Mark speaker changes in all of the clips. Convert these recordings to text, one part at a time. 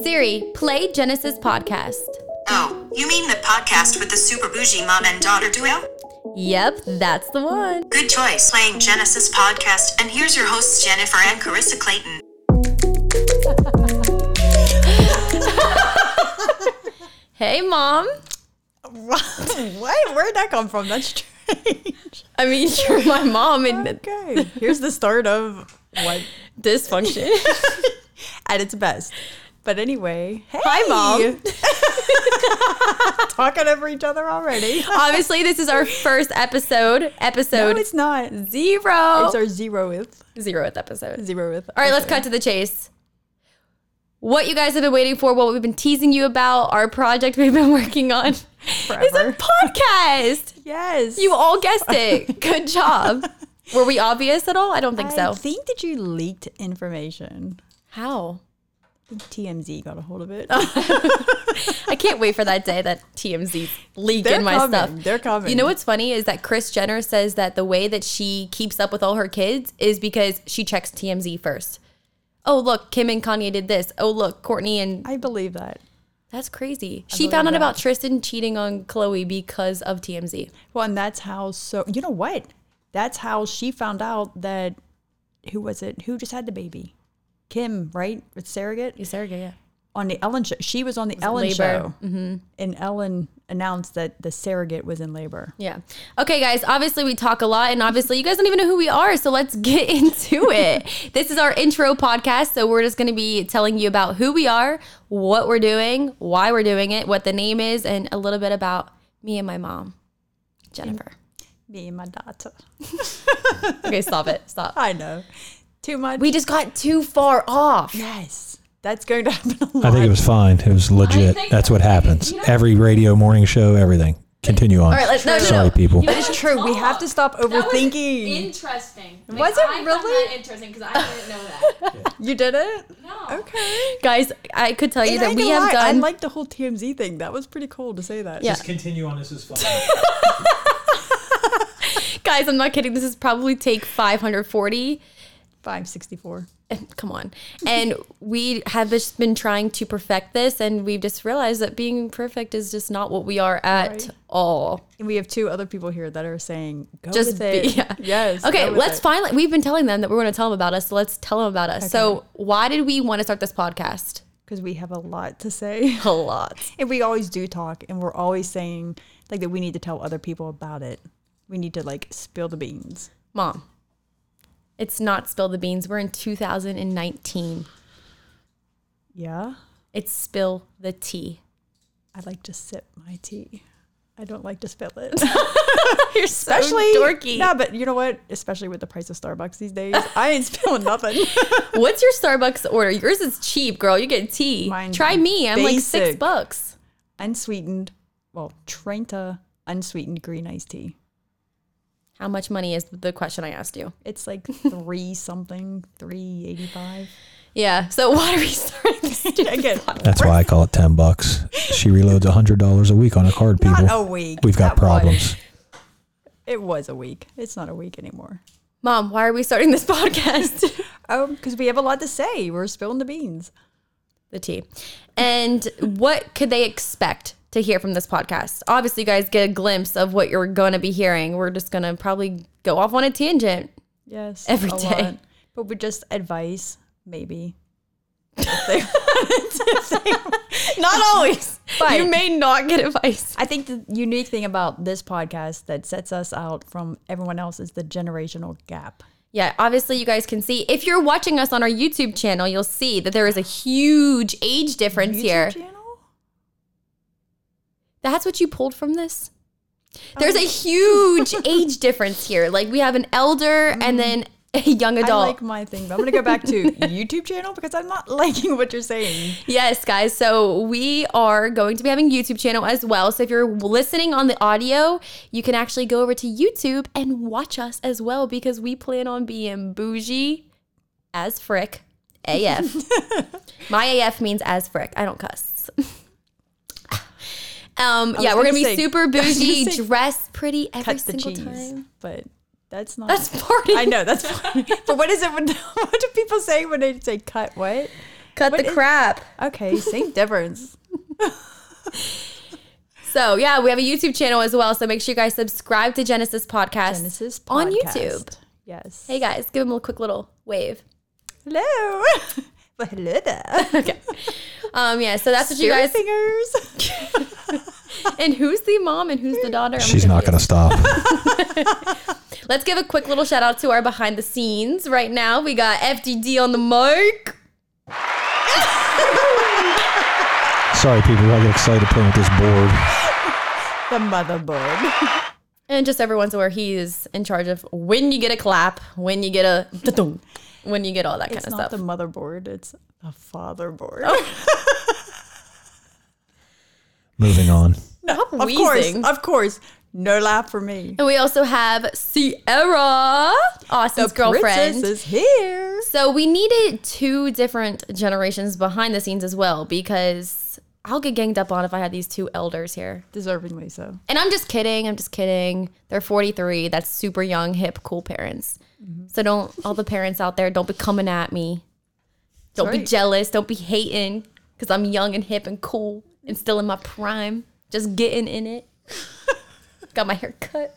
Speaker 1: Siri, play Genesis podcast.
Speaker 2: Oh, you mean the podcast with the super bougie mom and daughter duo?
Speaker 1: Yep, that's the one.
Speaker 2: Good choice playing Genesis podcast, and here's your hosts Jennifer and Carissa Clayton.
Speaker 1: Hey, mom.
Speaker 3: what? Where'd that come from? That's strange.
Speaker 1: I mean, you're my mom in
Speaker 3: Okay. Here's the start of what
Speaker 1: dysfunction.
Speaker 3: at its best. But anyway, hey,
Speaker 1: Hi, mom.
Speaker 3: talking over each other already.
Speaker 1: Obviously, this is our first episode,
Speaker 3: No,
Speaker 1: episode
Speaker 3: it's not. It's
Speaker 1: zero.
Speaker 3: our zeroth,
Speaker 1: zeroth episode.
Speaker 3: zeroth.
Speaker 1: Oh. All right, let's cut to the chase. What you guys have been waiting for, what we've been teasing you about, our project we've been working on is a
Speaker 3: Forever.
Speaker 1: podcast.
Speaker 3: Yes,
Speaker 1: you all guessed it. Good job. Were we obvious at all? I don't think
Speaker 3: I
Speaker 1: so.
Speaker 3: think that you leaked information.
Speaker 1: How?
Speaker 3: I think TMZ got a hold of it.
Speaker 1: I can't wait for that day that TMZ's leaking
Speaker 3: They're
Speaker 1: my
Speaker 3: coming.
Speaker 1: stuff.
Speaker 3: They're coming.
Speaker 1: You know what's funny is that Chris Jenner says that the way that she keeps up with all her kids is because she checks TMZ first. Oh look, Kim and Kanye did this. Oh look, Courtney and
Speaker 3: I believe that.
Speaker 1: that's crazy. She found out about Tristan cheating on Chloe because of TMZ.
Speaker 3: Well, and that's how. So you know what? That's how she found out that who was it? Who just had the baby? Kim, right? With surrogate.
Speaker 1: Sergey, yeah.
Speaker 3: on the Ellen show. She was on the Ellen
Speaker 1: labor. Mm-hmm.
Speaker 3: show, and Ellen announced that the surrogate was in labor.
Speaker 1: Yeah. Okay, guys, obviously we talk a lot, and obviously you guys don't even know who we are, so let's get into it. this is our intro podcast, so we're just going to be telling you about who we are, what we're doing, why we're doing it, what the name is, and a little bit about me and my mom, Jennifer.
Speaker 3: Me and my daughter.
Speaker 1: Okay, stop it. Stop.
Speaker 3: I know, too much.
Speaker 1: We just got too far off.
Speaker 3: yes, that's going to happen a lot.
Speaker 4: I think it was fine. It was legit. That's what happens. Every radio morning show, everything. Continue on.
Speaker 1: All right, let's- no, no,
Speaker 4: Sorry,
Speaker 1: no.
Speaker 4: people.
Speaker 3: That is true. We have to stop overthinking.
Speaker 5: Interesting. Like,
Speaker 3: Was it
Speaker 5: I found
Speaker 3: really?
Speaker 5: that interesting because I didn't know that.
Speaker 3: You did it.
Speaker 5: No.
Speaker 3: Okay.
Speaker 1: Guys, I could tell you
Speaker 3: And I
Speaker 1: that
Speaker 3: ain't
Speaker 1: we
Speaker 3: gonna
Speaker 1: have
Speaker 3: lie, I
Speaker 1: done.
Speaker 3: like the whole TMZ thing. That was pretty cool to say that.
Speaker 1: Yeah.
Speaker 4: continue on. This is fine.
Speaker 1: guys, I'm not kidding. This is probably take 540.
Speaker 3: Five sixty four.
Speaker 1: come on. And we have just been trying to perfect this, and we've just realized that being perfect is just not what we are at
Speaker 3: Right.
Speaker 1: all.
Speaker 3: And we have two other people here that are saying go
Speaker 1: Just
Speaker 3: with
Speaker 1: be,
Speaker 3: it.
Speaker 1: yeah.
Speaker 3: Yes.
Speaker 1: Okay,
Speaker 3: go with
Speaker 1: let's
Speaker 3: it.
Speaker 1: finally. We've been telling them that we're going to tell them about us, so let's tell them about us. So, why did we want to start this podcast?
Speaker 3: because we have a lot to say.
Speaker 1: A lot.
Speaker 3: And we always do talk, and we're always saying like that we need to tell other people about it. We need to like spill the beans.
Speaker 1: Mom, it's not spill the beans. We're in 2019.
Speaker 3: Yeah,
Speaker 1: It's spill the tea.
Speaker 3: I like to sip my tea. I don't like to spill it.
Speaker 1: You're so
Speaker 3: Especially
Speaker 1: dorky.
Speaker 3: No, but you know what? Especially with the price of Starbucks these days, I ain't spilling nothing.
Speaker 1: What's your Starbucks order? Yours is cheap, girl. You get tea.
Speaker 3: Mine's
Speaker 1: Try me. I'm like six
Speaker 3: basic.
Speaker 1: bucks.
Speaker 3: unsweetened, well, Trenta unsweetened green iced tea.
Speaker 1: How much money is the question I asked you?
Speaker 3: It's like three something, three eighty five.
Speaker 1: Yeah. So why are we starting this stupid
Speaker 3: Again,
Speaker 1: podcast?
Speaker 4: That's why I call it 10 bucks. She reloads $100 a week on a card, people.
Speaker 3: Not a week.
Speaker 4: We've got
Speaker 3: That one.
Speaker 4: problems.
Speaker 3: It was a week. It's not a week anymore.
Speaker 1: Mom, why are we starting this podcast?
Speaker 3: Oh, because we have a lot to say. We're spilling the beans.
Speaker 1: the tea. And what could they expect to hear from this podcast? Obviously, you guys get a glimpse of what you're going to be hearing. We're just going to probably go off on a tangent.
Speaker 3: Yes.
Speaker 1: Every
Speaker 3: a
Speaker 1: day.
Speaker 3: lot. But with just advice, maybe. If they-
Speaker 1: Not always. But you may not get advice.
Speaker 3: I think the unique thing about this podcast that sets us out from everyone else is the generational gap.
Speaker 1: Yeah, obviously you guys can see. If you're watching us on our YouTube channel, you'll see that there is a huge age difference here.
Speaker 3: channel?
Speaker 1: That's what you pulled from this?
Speaker 3: Um,
Speaker 1: There's a huge age difference here. Like we have an elder and then a young
Speaker 3: Mm-hmm. I
Speaker 1: adult.
Speaker 3: like my thing, but I'm gonna go back to YouTube channel because I'm not liking what you're saying.
Speaker 1: yes, guys. So we are going to be having a YouTube channel as well. So if you're listening on the audio, you can actually go over to YouTube and watch us as well because we plan on being bougie as frick AF. My AF means as frick. I don't cuss. Um, yeah, we're
Speaker 3: gonna
Speaker 1: gonna be
Speaker 3: say- I
Speaker 1: super
Speaker 3: was gonna
Speaker 1: bougie,
Speaker 3: say
Speaker 1: dressed pretty every
Speaker 3: Cut the
Speaker 1: single
Speaker 3: cheese,
Speaker 1: time.
Speaker 3: but that's not.
Speaker 1: That's party.
Speaker 3: I know that's. funny. but what is it? When, what do people say when they say cut? What?
Speaker 1: Cut the crap.
Speaker 3: Okay, same difference.
Speaker 1: So yeah, we have a YouTube channel as well. So make sure you guys subscribe to Genesis Podcast,
Speaker 3: Genesis
Speaker 1: on
Speaker 3: podcast.
Speaker 1: YouTube.
Speaker 3: Yes.
Speaker 1: Hey guys, give them a quick little wave.
Speaker 3: Hello. Well, hello there.
Speaker 1: Um, yeah, so that's what you
Speaker 3: Your
Speaker 1: guys.
Speaker 3: fingers.
Speaker 1: And who's the mom and who's the daughter? I'm
Speaker 4: She's not going to
Speaker 1: confused.
Speaker 4: stop.
Speaker 1: Let's give a quick little shout out to our behind the scenes right now. We got FDD on the mic.
Speaker 4: Sorry, people. I get excited playing with this board.
Speaker 3: the motherboard.
Speaker 1: And just everyone's aware he is in charge of when you get a clap, when you get a da-dung, when you get all that kind
Speaker 3: It's
Speaker 1: of
Speaker 3: not
Speaker 1: stuff. Oh,
Speaker 3: the motherboard. It's the fatherboard.
Speaker 4: Moving on.
Speaker 3: no, of course,
Speaker 1: wheezing.
Speaker 3: of course. No laugh for me.
Speaker 1: and we also have Sierra, Austin's
Speaker 3: princess
Speaker 1: girlfriend.
Speaker 3: is here.
Speaker 1: So we needed two different generations behind the scenes as well because I'll get ganged up on if I had these two elders here.
Speaker 3: Deservingly so.
Speaker 1: And I'm just kidding. I'm just kidding. They're 43. That's super young, hip, cool parents. So don't, all the parents out there, don't be coming at me. Don't be
Speaker 3: right.
Speaker 1: jealous. Don't be hating because I'm young and hip and cool and still in my prime, just getting in it. Got my hair cut.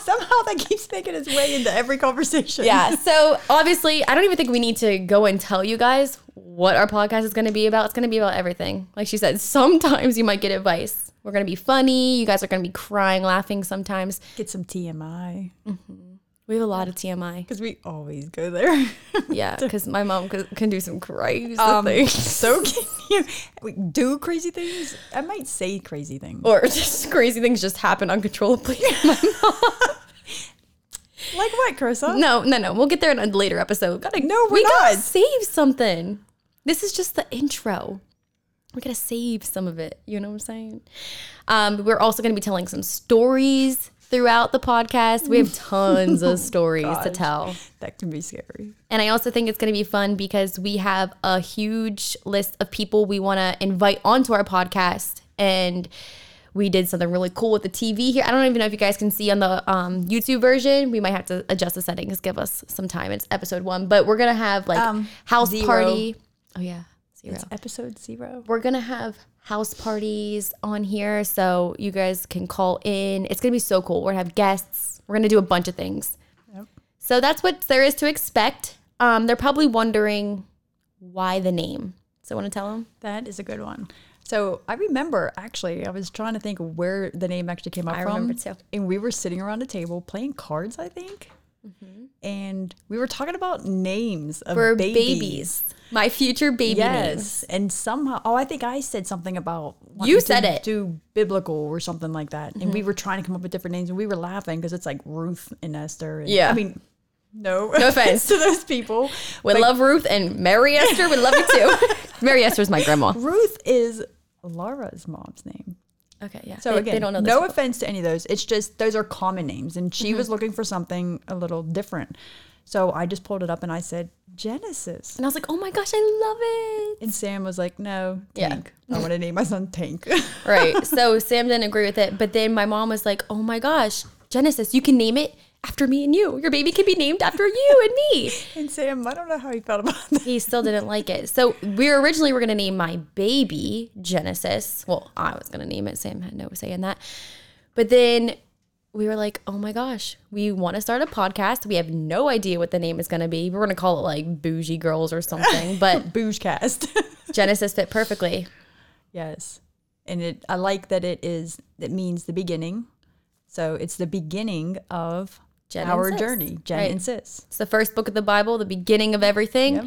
Speaker 3: Somehow that keeps making its way into every conversation.
Speaker 1: yeah. So obviously, I don't even think we need to go and tell you guys what our podcast is going to be about. It's going to be about everything. Like she said, sometimes you might get advice. We're going to be funny. You guys are going to be crying, laughing sometimes.
Speaker 3: Get some TMI
Speaker 1: We have a lot of TMI.
Speaker 3: because we always go there.
Speaker 1: Yeah, because my mom c- can do some crazy
Speaker 3: Um,
Speaker 1: things
Speaker 3: so can you we do crazy things? I might say crazy things.
Speaker 1: or just crazy things just happen uncontrollably.
Speaker 3: Like what, Carissa?
Speaker 1: no, no, no. We'll get there in a later episode. Gotta
Speaker 3: No,
Speaker 1: we
Speaker 3: we're
Speaker 1: gotta
Speaker 3: not.
Speaker 1: save something. This is just the intro. We gotta save some of it. You know what I'm saying? Um, we're also gonna be telling some stories throughout the podcast. We have tons of stories to tell.
Speaker 3: That can be scary.
Speaker 1: And I also think it's going to be fun because we have a huge list of people we want to invite onto our podcast. And we did something really cool with the TV here. I don't even know if you guys can see on the um, YouTube version. We might have to adjust the settings, give us some time. It's episode one, but we're going to have like
Speaker 3: Um,
Speaker 1: house
Speaker 3: zero.
Speaker 1: party. Oh, yeah. Zero.
Speaker 3: Episode zero.
Speaker 1: We're going to have house parties on here. So you guys can call in. It's going to be so cool. We're going to have guests, we're going to do a bunch of things. So that's what there is to expect. Um, they're probably wondering why the name. So want to tell them?
Speaker 3: That is a good one. So I remember actually, I was trying to think where the name actually came up
Speaker 1: I
Speaker 3: from.
Speaker 1: remember too.
Speaker 3: And we were sitting around a table playing cards, I think. And we were talking about names
Speaker 1: Mm-hmm.
Speaker 3: of
Speaker 1: For
Speaker 3: babies.
Speaker 1: babies. My future baby names.
Speaker 3: Yes. And somehow, oh, I think I said something about wanting
Speaker 1: You
Speaker 3: to
Speaker 1: said it. Mm-hmm.
Speaker 3: Do biblical or something like that. And we were trying to come up with different names and we were laughing because it's like Ruth and Esther. And,
Speaker 1: Yeah.
Speaker 3: I mean, no,
Speaker 1: No offense.
Speaker 3: to those people.
Speaker 1: We
Speaker 3: But
Speaker 1: love Ruth and Mary Esther. We love you too. Mary Esther's my grandma.
Speaker 3: Ruth is Laura's mom's name.
Speaker 1: Okay, yeah.
Speaker 3: So
Speaker 1: they,
Speaker 3: again,
Speaker 1: they don't know this.
Speaker 3: no
Speaker 1: people.
Speaker 3: offense to any of those. It's just those are common names, and she
Speaker 1: Mm-hmm.
Speaker 3: was looking for something a little different. So I just pulled it up and I said Genesis,
Speaker 1: and I was like, oh my gosh, I love it.
Speaker 3: and Sam was like, "No,
Speaker 1: Yeah.
Speaker 3: Tank. I want to name my son Tank."
Speaker 1: Right. So Sam didn't agree with it. But then my mom was like, oh my gosh, Genesis, you can name it after me and you. Your baby can be named after you and me.
Speaker 3: and Sam, I don't know how he felt about that.
Speaker 1: he still didn't like it. So we were originally were gonna name my baby Genesis. Well, I was gonna name it. Sam had no say in that. But then we were like, oh my gosh, we want to start a podcast. We have no idea what the name is gonna be. We're gonna call it like Bougie Girls or something. But
Speaker 3: Booge cast.
Speaker 1: Genesis fit perfectly.
Speaker 3: yes, and it. I like that it is. It means the beginning. So it's the beginning of
Speaker 1: Gen and
Speaker 3: our
Speaker 1: Sis.
Speaker 3: journey. Gen
Speaker 1: Right.
Speaker 3: and Sis.
Speaker 1: It's the first book of the Bible, the beginning of everything.
Speaker 3: Yep.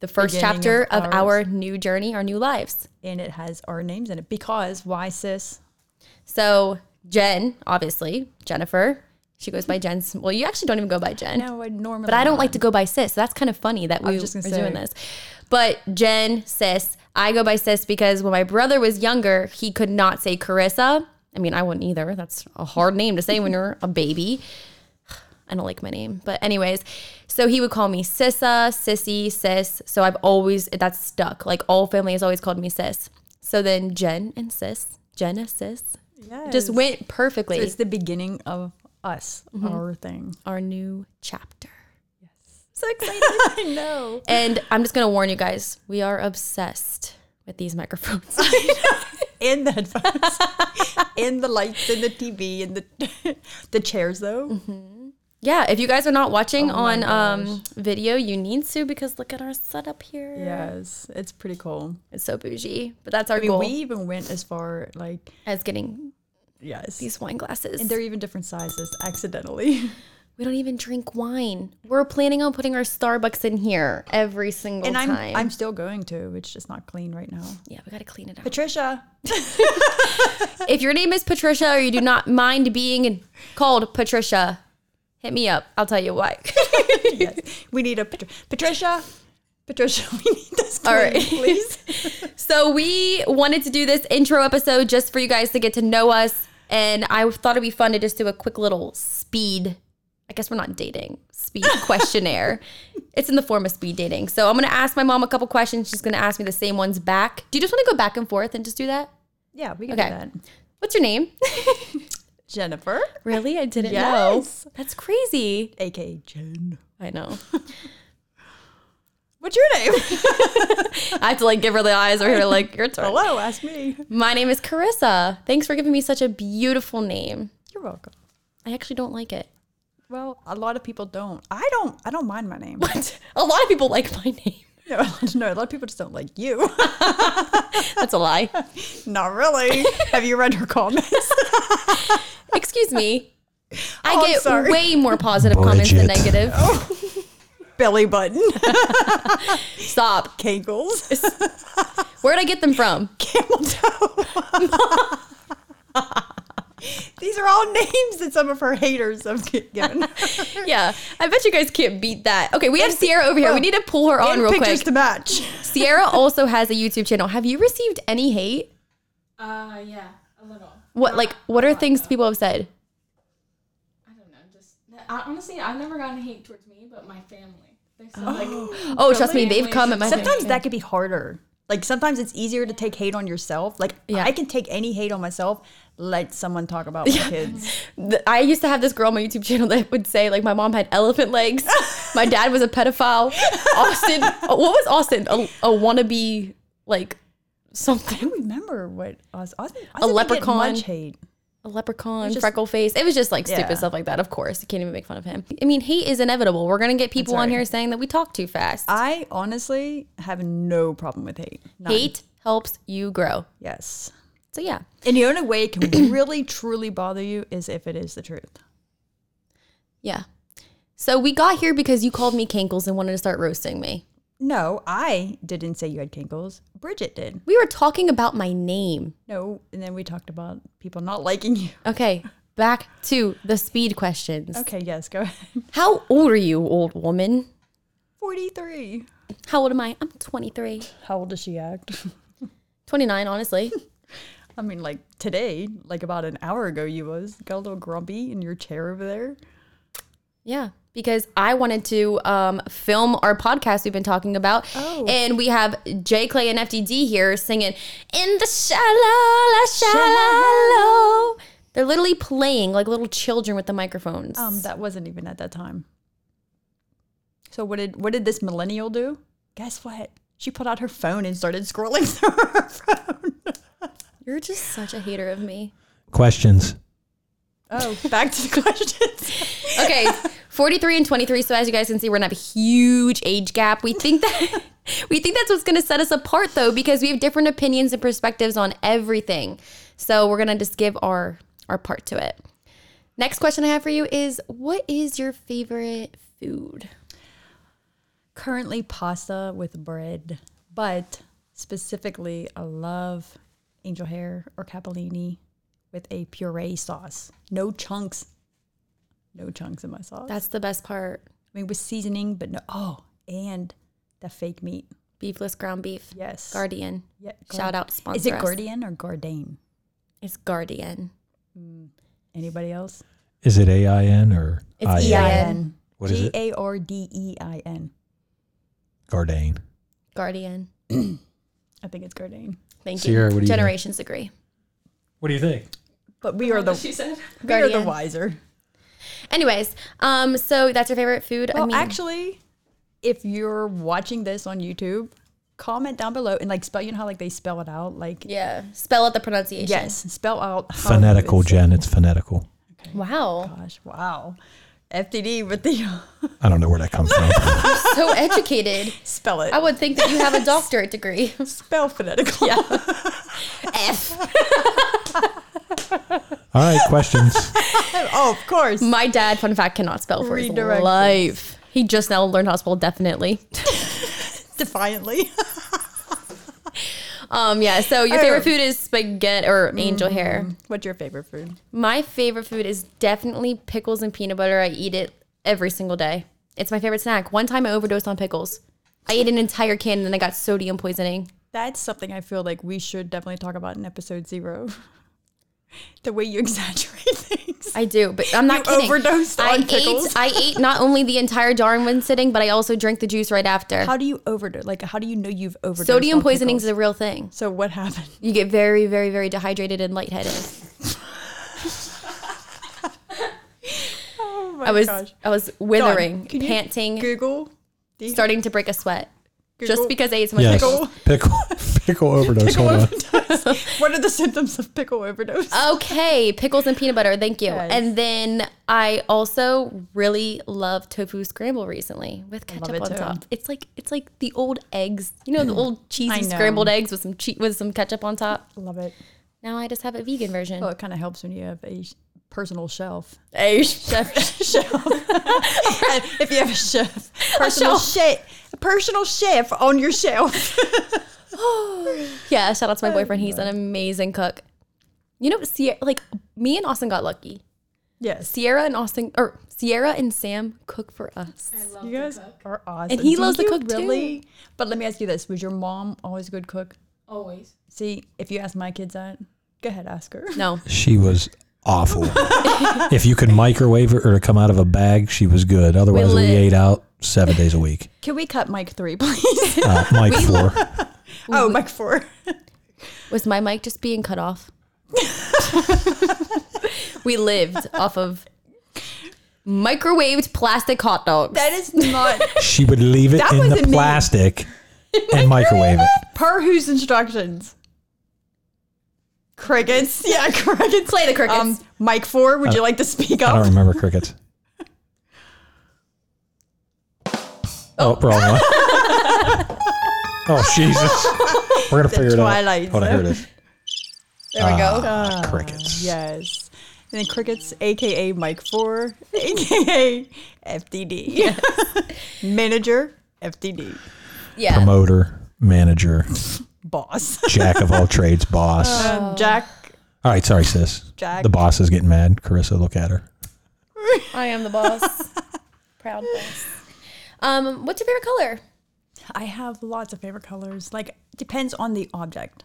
Speaker 1: The first
Speaker 3: Beginning
Speaker 1: chapter
Speaker 3: of
Speaker 1: of,
Speaker 3: ours.
Speaker 1: our new journey, our new lives.
Speaker 3: And it has our names in it because why sis?
Speaker 1: So Jen, obviously, Jennifer. She goes by Jen. Well, you actually don't even go by Jen.
Speaker 3: No, I normally.
Speaker 1: But I don't like to go by sis. So that's kind of funny that we
Speaker 3: just
Speaker 1: are
Speaker 3: gonna
Speaker 1: doing
Speaker 3: say-
Speaker 1: this. But Jen, sis, I go by sis because when my brother was younger, he could not say Carissa. I mean, I wouldn't either. That's a hard name to say when you're a baby. I don't like my name. But anyways, so he would call me Sissa, Sissy, Sis. So I've always that's stuck. Like all family has always called me Sis. So then Jen and Sis, Jen and Sis, just
Speaker 3: Yes.
Speaker 1: went perfectly.
Speaker 3: Mm-hmm. It's the beginning of us, our thing.
Speaker 1: our new chapter. Yes. so excited.
Speaker 3: I know.
Speaker 1: and I'm just going to warn you guys, we are obsessed with these microphones.
Speaker 3: In the headphones, in the lights, in the TV, in the the chairs, though.
Speaker 1: yeah, if you guys are not watching
Speaker 3: Oh my
Speaker 1: on um, video, you need to because look at our setup here.
Speaker 3: Yes, it's pretty cool.
Speaker 1: It's so bougie, but that's our
Speaker 3: I mean,
Speaker 1: goal
Speaker 3: we even went as far like
Speaker 1: as getting
Speaker 3: yes,
Speaker 1: these wine glasses.
Speaker 3: and they're even different sizes accidentally.
Speaker 1: we don't even drink wine. We're planning on putting our Starbucks in here every single
Speaker 3: and I'm
Speaker 1: time.
Speaker 3: I'm still going to. It's just not clean right now.
Speaker 1: yeah, we got to clean it up.
Speaker 3: Patricia,
Speaker 1: if your name is Patricia or you do not mind being called Patricia, hit me up. I'll tell you why.
Speaker 3: we need a Patri- Patricia. Patricia, we need this.
Speaker 1: All
Speaker 3: All
Speaker 1: right.
Speaker 3: right, please.
Speaker 1: so we wanted to do this intro episode just for you guys to get to know us. And I thought it'd be fun to just do a quick little speed. I guess we're not dating. Speed questionnaire. it's in the form of speed dating. So I'm gonna ask my mom a couple questions. She's gonna ask me the same ones back. Do you just want to go back and forth and just do that?
Speaker 3: Yeah, we can
Speaker 1: Okay.
Speaker 3: do that.
Speaker 1: What's your name?
Speaker 3: Jennifer,
Speaker 1: really? I didn't
Speaker 3: Yes.
Speaker 1: know. That's crazy.
Speaker 3: aka Jen.
Speaker 1: I know.
Speaker 3: What's your name?
Speaker 1: I have to like give her the eyes or her like your turn.
Speaker 3: Hello, ask me.
Speaker 1: My name is Carissa. Thanks for giving me such a beautiful name.
Speaker 3: You're welcome.
Speaker 1: I actually don't like it.
Speaker 3: Well, a lot of people don't. I don't. I don't mind my name.
Speaker 1: a lot of people like my name.
Speaker 3: No, a lot- no, a lot of people just don't like you.
Speaker 1: That's a lie.
Speaker 3: Not really. Have you read her comments?
Speaker 1: Excuse me. I
Speaker 3: Oh, I'm
Speaker 1: get
Speaker 3: sorry. Oh.
Speaker 1: way more positive comments than
Speaker 4: Bridget.
Speaker 1: negative.
Speaker 3: Belly button,
Speaker 1: Stop.
Speaker 3: cankles,
Speaker 1: Where'd I get them from?
Speaker 3: camel toe. These are all names that some of her haters have gi- given.
Speaker 1: Yeah, I bet you guys can't beat that. Okay, we have Sierra over here. We need to pull her on
Speaker 3: And
Speaker 1: real
Speaker 3: pictures
Speaker 1: quick.
Speaker 3: to match.
Speaker 1: Sierra also has a YouTube channel. Have you received any hate?
Speaker 5: Uh, yeah, a little. Uh,
Speaker 1: What like what are things people have said?
Speaker 5: I don't know. Just I, honestly, I've never gotten hate towards me, but my family. They said like,
Speaker 1: Oh, trust me, they've come at my
Speaker 3: Sometimes that could be harder. Like sometimes it's easier to take hate on yourself. Like
Speaker 1: Yeah.
Speaker 3: I can take any hate on myself. Let someone talk about my kids.
Speaker 1: th- I used to have this girl on my YouTube channel that would say like my mom had elephant legs, my dad was a pedophile. Austin, uh, what was Austin? A, a wannabe like
Speaker 3: I
Speaker 1: something,
Speaker 3: don't remember what Oz, Oz, Oz didn't get
Speaker 1: leprechaun.
Speaker 3: Much hate.
Speaker 1: a leprechaun,
Speaker 3: just-
Speaker 1: freckle face. It was just like
Speaker 3: Yeah.
Speaker 1: stupid stuff like that. Of course, you can't even make fun of him. I mean, hate is inevitable. We're gonna get people on
Speaker 3: right.
Speaker 1: here saying that we talk too fast.
Speaker 3: I honestly have no problem with hate. None.
Speaker 1: hate helps you grow.
Speaker 3: Yes.
Speaker 1: So yeah,
Speaker 3: And the only way it can really truly bother you is if it is the truth.
Speaker 1: yeah. So we got here because you called me cankles and wanted to start roasting me.
Speaker 3: No, I didn't say you had kinkles. Bridget did.
Speaker 1: We were talking about my name.
Speaker 3: No, and then we talked about people not liking you.
Speaker 1: Okay, back to the speed questions.
Speaker 3: Okay, yes, go ahead.
Speaker 1: How old are you, old woman?
Speaker 3: 43.
Speaker 1: How old am I? I'm 23.
Speaker 3: How old does she act?
Speaker 1: 29, honestly.
Speaker 3: I mean, like today, like about an hour ago, you was got a little grumpy in your chair over there.
Speaker 1: Yeah. Because I wanted to um, film our podcast we've been talking about.
Speaker 3: Oh.
Speaker 1: And we have J. Clay and FDD here singing, In the shallow, shallow. They're literally playing like little children with the microphones.
Speaker 3: Um, that wasn't even at that time. So what did what did this millennial do? Guess what? She put out her phone and started scrolling through her phone.
Speaker 1: You're just such a hater of me.
Speaker 4: Questions.
Speaker 3: Oh, back to the questions.
Speaker 1: Okay. 43 and 23. So as you guys can see, we're gonna have a huge age gap. We think that we think that's what's gonna set us apart though, because we have different opinions and perspectives on everything. So we're gonna just give our our part to it. Next question I have for you is what is your favorite food?
Speaker 3: Currently, pasta with bread, but specifically, I love angel hair or capellini with a puree sauce. No chunks. No chunks in my sauce.
Speaker 1: That's the best part.
Speaker 3: I mean, with seasoning, but no. Oh, and the fake meat.
Speaker 1: Beefless ground beef.
Speaker 3: Yes.
Speaker 1: Guardian.
Speaker 3: Yeah,
Speaker 1: Shout out sponsor.
Speaker 3: Is it
Speaker 1: us.
Speaker 3: Guardian or Gardain?
Speaker 1: It's Guardian.
Speaker 3: Anybody else?
Speaker 4: Is it A I N or
Speaker 1: It's
Speaker 3: E
Speaker 4: I-N?
Speaker 1: E-I-N.
Speaker 4: What is
Speaker 3: G
Speaker 4: it?
Speaker 3: A R D E I N.
Speaker 4: Gardane.
Speaker 1: Guardian.
Speaker 3: I think it's Gardain.
Speaker 1: Thank
Speaker 4: Sierra,
Speaker 1: you.
Speaker 4: what do you think?
Speaker 1: Generations agree.
Speaker 4: What do you think?
Speaker 3: But we are
Speaker 5: what
Speaker 3: the
Speaker 5: she said.
Speaker 3: we are the
Speaker 1: Oh, Guardian.
Speaker 3: wiser.
Speaker 1: Anyways, um, so that's your favorite food.
Speaker 3: Well,
Speaker 1: I mean,
Speaker 3: actually, if you're watching this on YouTube, comment down below and like spell. You know how like they spell it out, like
Speaker 1: Yeah. Spell out the pronunciation.
Speaker 3: yes, spell out how you
Speaker 4: Phonetical,
Speaker 3: would say-
Speaker 4: Jen. It's phonetical.
Speaker 1: Wow.
Speaker 3: Gosh, wow, FTD with the
Speaker 4: I don't know where that comes from.
Speaker 1: So educated.
Speaker 3: spell it.
Speaker 1: I would think that you have a doctorate degree.
Speaker 3: spell phonetical. Yeah.
Speaker 1: F.
Speaker 4: All right, questions.
Speaker 3: oh, of course.
Speaker 1: My dad, fun fact, cannot spell for his
Speaker 3: Redirections.
Speaker 1: life. He just now learned how to spell definitely.
Speaker 3: Defiantly.
Speaker 1: Um, yeah. So your
Speaker 3: Oh. Mm.
Speaker 1: favorite food is spaghetti or angel hair.
Speaker 3: What's your favorite food?
Speaker 1: My favorite food is definitely pickles and peanut butter. I eat it every single day. It's my favorite snack. One time I overdosed on pickles. I ate an entire can and then I got sodium poisoning.
Speaker 3: That's something I feel like we should definitely talk about in episode zero. the way you exaggerate things.
Speaker 1: I do, but I'm not
Speaker 3: You
Speaker 1: kidding.
Speaker 3: overdosed
Speaker 1: I
Speaker 3: on pickles?
Speaker 1: ate I ate not only the entire jar in one sitting, but I also drank the juice right after.
Speaker 3: How do you overdose? Like, how do you know you've overdosed?
Speaker 1: sodium
Speaker 3: on
Speaker 1: poisoning
Speaker 3: pickles?
Speaker 1: is a real thing.
Speaker 3: So what happened?
Speaker 1: You get very, very, very dehydrated and lightheaded.
Speaker 3: Oh my
Speaker 1: I was
Speaker 3: gosh.
Speaker 1: I was withering,
Speaker 3: Dawn, can you
Speaker 1: panting,
Speaker 3: Google. the
Speaker 1: starting to break a sweat.
Speaker 3: Google-
Speaker 1: Just because I ate so much
Speaker 4: Yes.
Speaker 1: pickles.
Speaker 4: Pickle. Pickle, overdose.
Speaker 3: pickle
Speaker 4: Hold on.
Speaker 3: overdose. what are the symptoms of pickle overdose?
Speaker 1: Okay, pickles and peanut butter. Thank you.
Speaker 3: Yes.
Speaker 1: And then I also really love tofu scramble recently with ketchup
Speaker 3: it
Speaker 1: on
Speaker 3: too.
Speaker 1: top. It's like it's like the old eggs. You know the old
Speaker 3: I
Speaker 1: cheesy
Speaker 3: know.
Speaker 1: scrambled eggs with some che- with some ketchup on top.
Speaker 3: Love it.
Speaker 1: Now I just have a vegan version.
Speaker 3: Oh, it kind of helps when you have a sh- personal shelf.
Speaker 1: Hey, chef.
Speaker 3: shelf. if you have a chef, personal
Speaker 1: shelf.
Speaker 3: chef, personal chef on your shelf.
Speaker 1: yeah, shout out to my boyfriend. He's an amazing cook. You know, Sierra, like me and Austin got lucky.
Speaker 3: Yes,
Speaker 1: Sierra and Austin, or Sierra and Sam cook for us.
Speaker 5: I love
Speaker 3: you
Speaker 5: to
Speaker 3: guys
Speaker 5: cook.
Speaker 3: are awesome.
Speaker 1: And he
Speaker 3: Do
Speaker 1: loves to
Speaker 3: you
Speaker 1: cook, too.
Speaker 3: But let me ask you this: Was your mom always a good cook?
Speaker 5: Always.
Speaker 3: See, if you ask my kids that, go ahead, ask her.
Speaker 1: No,
Speaker 4: She was awful. if you could microwave her or come out of a bag, she was good. Otherwise, we,
Speaker 1: lit.
Speaker 4: ate out seven days a week.
Speaker 3: Can we cut mic three, please?
Speaker 4: Uh, Mike floor.
Speaker 3: oh, mic four.
Speaker 1: was my mic just being cut off? we lived off of microwaved plastic hot dogs.
Speaker 3: That is not
Speaker 4: She would leave it
Speaker 3: That
Speaker 4: in the
Speaker 3: wasn't me.
Speaker 4: plastic and microwave it.
Speaker 3: per whose instructions. Crickets. Yeah, crickets.
Speaker 1: Play the crickets.
Speaker 3: Um, mic four. Would you like to speak
Speaker 4: Uh, I
Speaker 3: up?
Speaker 4: don't remember crickets. Oh, wrong one. oh, Jesus. We're going to figure it out.
Speaker 3: Twilight
Speaker 4: Hold on, here it
Speaker 3: Zone.
Speaker 4: is.
Speaker 1: there we go.
Speaker 4: Ah, crickets.
Speaker 3: Yes. And then Crickets, aka Mike Four, aka FDD. Manager, FDD.
Speaker 1: yeah.
Speaker 4: Promoter, manager,
Speaker 3: Boss.
Speaker 4: jack of all trades, boss.
Speaker 3: Um, Jack.
Speaker 4: All right, sorry, sis.
Speaker 3: Jack.
Speaker 4: The boss is getting mad. Carissa, look at her.
Speaker 1: I am the boss. Proud boss. Um, what's your favorite color?
Speaker 3: I have lots of favorite colors. Like, depends on the object.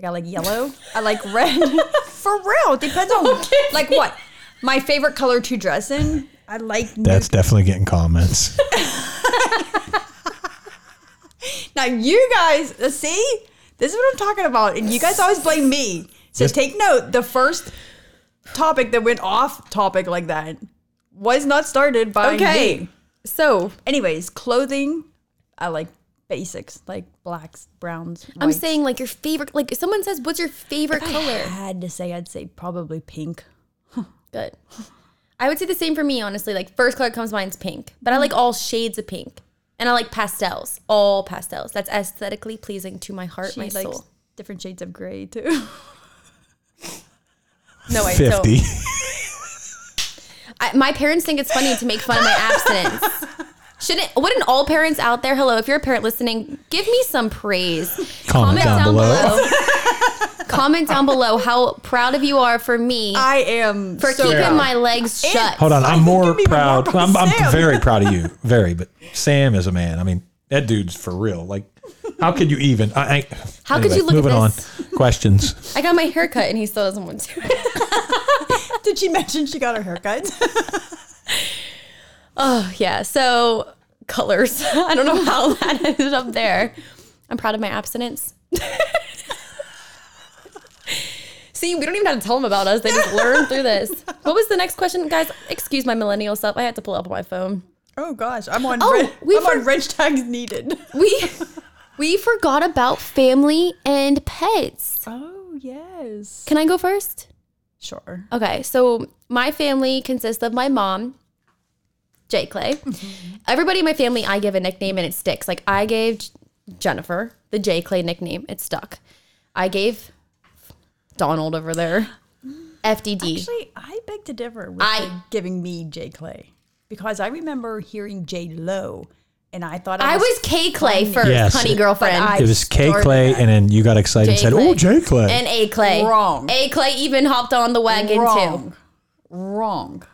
Speaker 3: Like, I like yellow. I like red. For real. Depends on, like, what? My favorite color to dress in. I like
Speaker 4: That's definitely getting comments.
Speaker 3: Now you guys uh, see, this is what I'm talking about, and you guys always blame me. So
Speaker 4: This-
Speaker 3: take note: the first topic that went off topic like that was not started by
Speaker 1: Okay.
Speaker 3: me.
Speaker 1: So
Speaker 3: Anyways, clothing, I like basics like blacks, browns.
Speaker 1: I'm
Speaker 3: whites.
Speaker 1: saying like your favorite like if someone says what's your favorite
Speaker 3: If I
Speaker 1: color?
Speaker 3: had to say, I'd say probably pink.
Speaker 1: Good. I would say the same for me, honestly. Like first color that comes to mind is pink, but I like all shades of pink, and I like pastels, all pastels. That's aesthetically pleasing to my heart,
Speaker 3: She
Speaker 1: my
Speaker 3: likes
Speaker 1: soul.
Speaker 3: different shades of gray too.
Speaker 1: No, I
Speaker 4: 50.
Speaker 1: don't. I, my parents think it's funny to make fun of my abstinence. Shouldn't? Wouldn't all parents out there? Hello, if you're a parent listening, give me some praise.
Speaker 4: Comment down below.
Speaker 1: comment down below how proud of you are for me
Speaker 3: I am
Speaker 1: for
Speaker 3: so
Speaker 1: keeping
Speaker 3: proud.
Speaker 1: my legs shut.
Speaker 4: Hold on, I'm more
Speaker 3: I'm even more
Speaker 4: proud.
Speaker 3: proud
Speaker 4: I'm,
Speaker 3: of
Speaker 4: I'm
Speaker 3: Sam.
Speaker 4: very proud of you. Very, but Sam is a man. I mean, that dude's for real. Like, how could you even? I, I,
Speaker 1: How could you look at
Speaker 4: Moving
Speaker 1: this?
Speaker 4: on. Questions.
Speaker 1: I got my hair cut, and he still doesn't want to.
Speaker 3: Did she mention she got her haircut?
Speaker 1: Oh yeah. So colors. I don't know how that ended up there. I'm proud of my abstinence. See, we don't even have to tell them about us. They just learn through this. What was the next question, guys? Excuse my millennial self. I had to pull up on my phone.
Speaker 3: Oh gosh, I'm on.
Speaker 1: Oh,
Speaker 3: red,
Speaker 1: we
Speaker 3: I'm on
Speaker 1: for-
Speaker 3: wrench tags needed.
Speaker 1: We we forgot about family and pets.
Speaker 3: Oh yes.
Speaker 1: Can I go first?
Speaker 3: Sure.
Speaker 1: Okay, so my family consists of my mom, Jay Clay. Everybody in my family, I give a nickname and it sticks. Like I gave J- Jennifer the Jay Clay nickname, it stuck. I gave Donald over there FDD.
Speaker 3: Actually, I beg to differ with
Speaker 1: I-
Speaker 3: the giving me J Clay because I remember hearing J Lo, and I thought I
Speaker 1: I
Speaker 3: was,
Speaker 1: was K Clay first,
Speaker 4: Yes.
Speaker 1: honey girlfriend.
Speaker 3: But I-
Speaker 4: It was K
Speaker 3: Started
Speaker 4: Clay, and then you got excited and
Speaker 1: J.
Speaker 4: said,
Speaker 1: Clay.
Speaker 4: "Oh, J Clay."
Speaker 1: and A Clay.
Speaker 3: Wrong.
Speaker 1: A Clay even hopped on the wagon too.
Speaker 3: wrong. Wrong.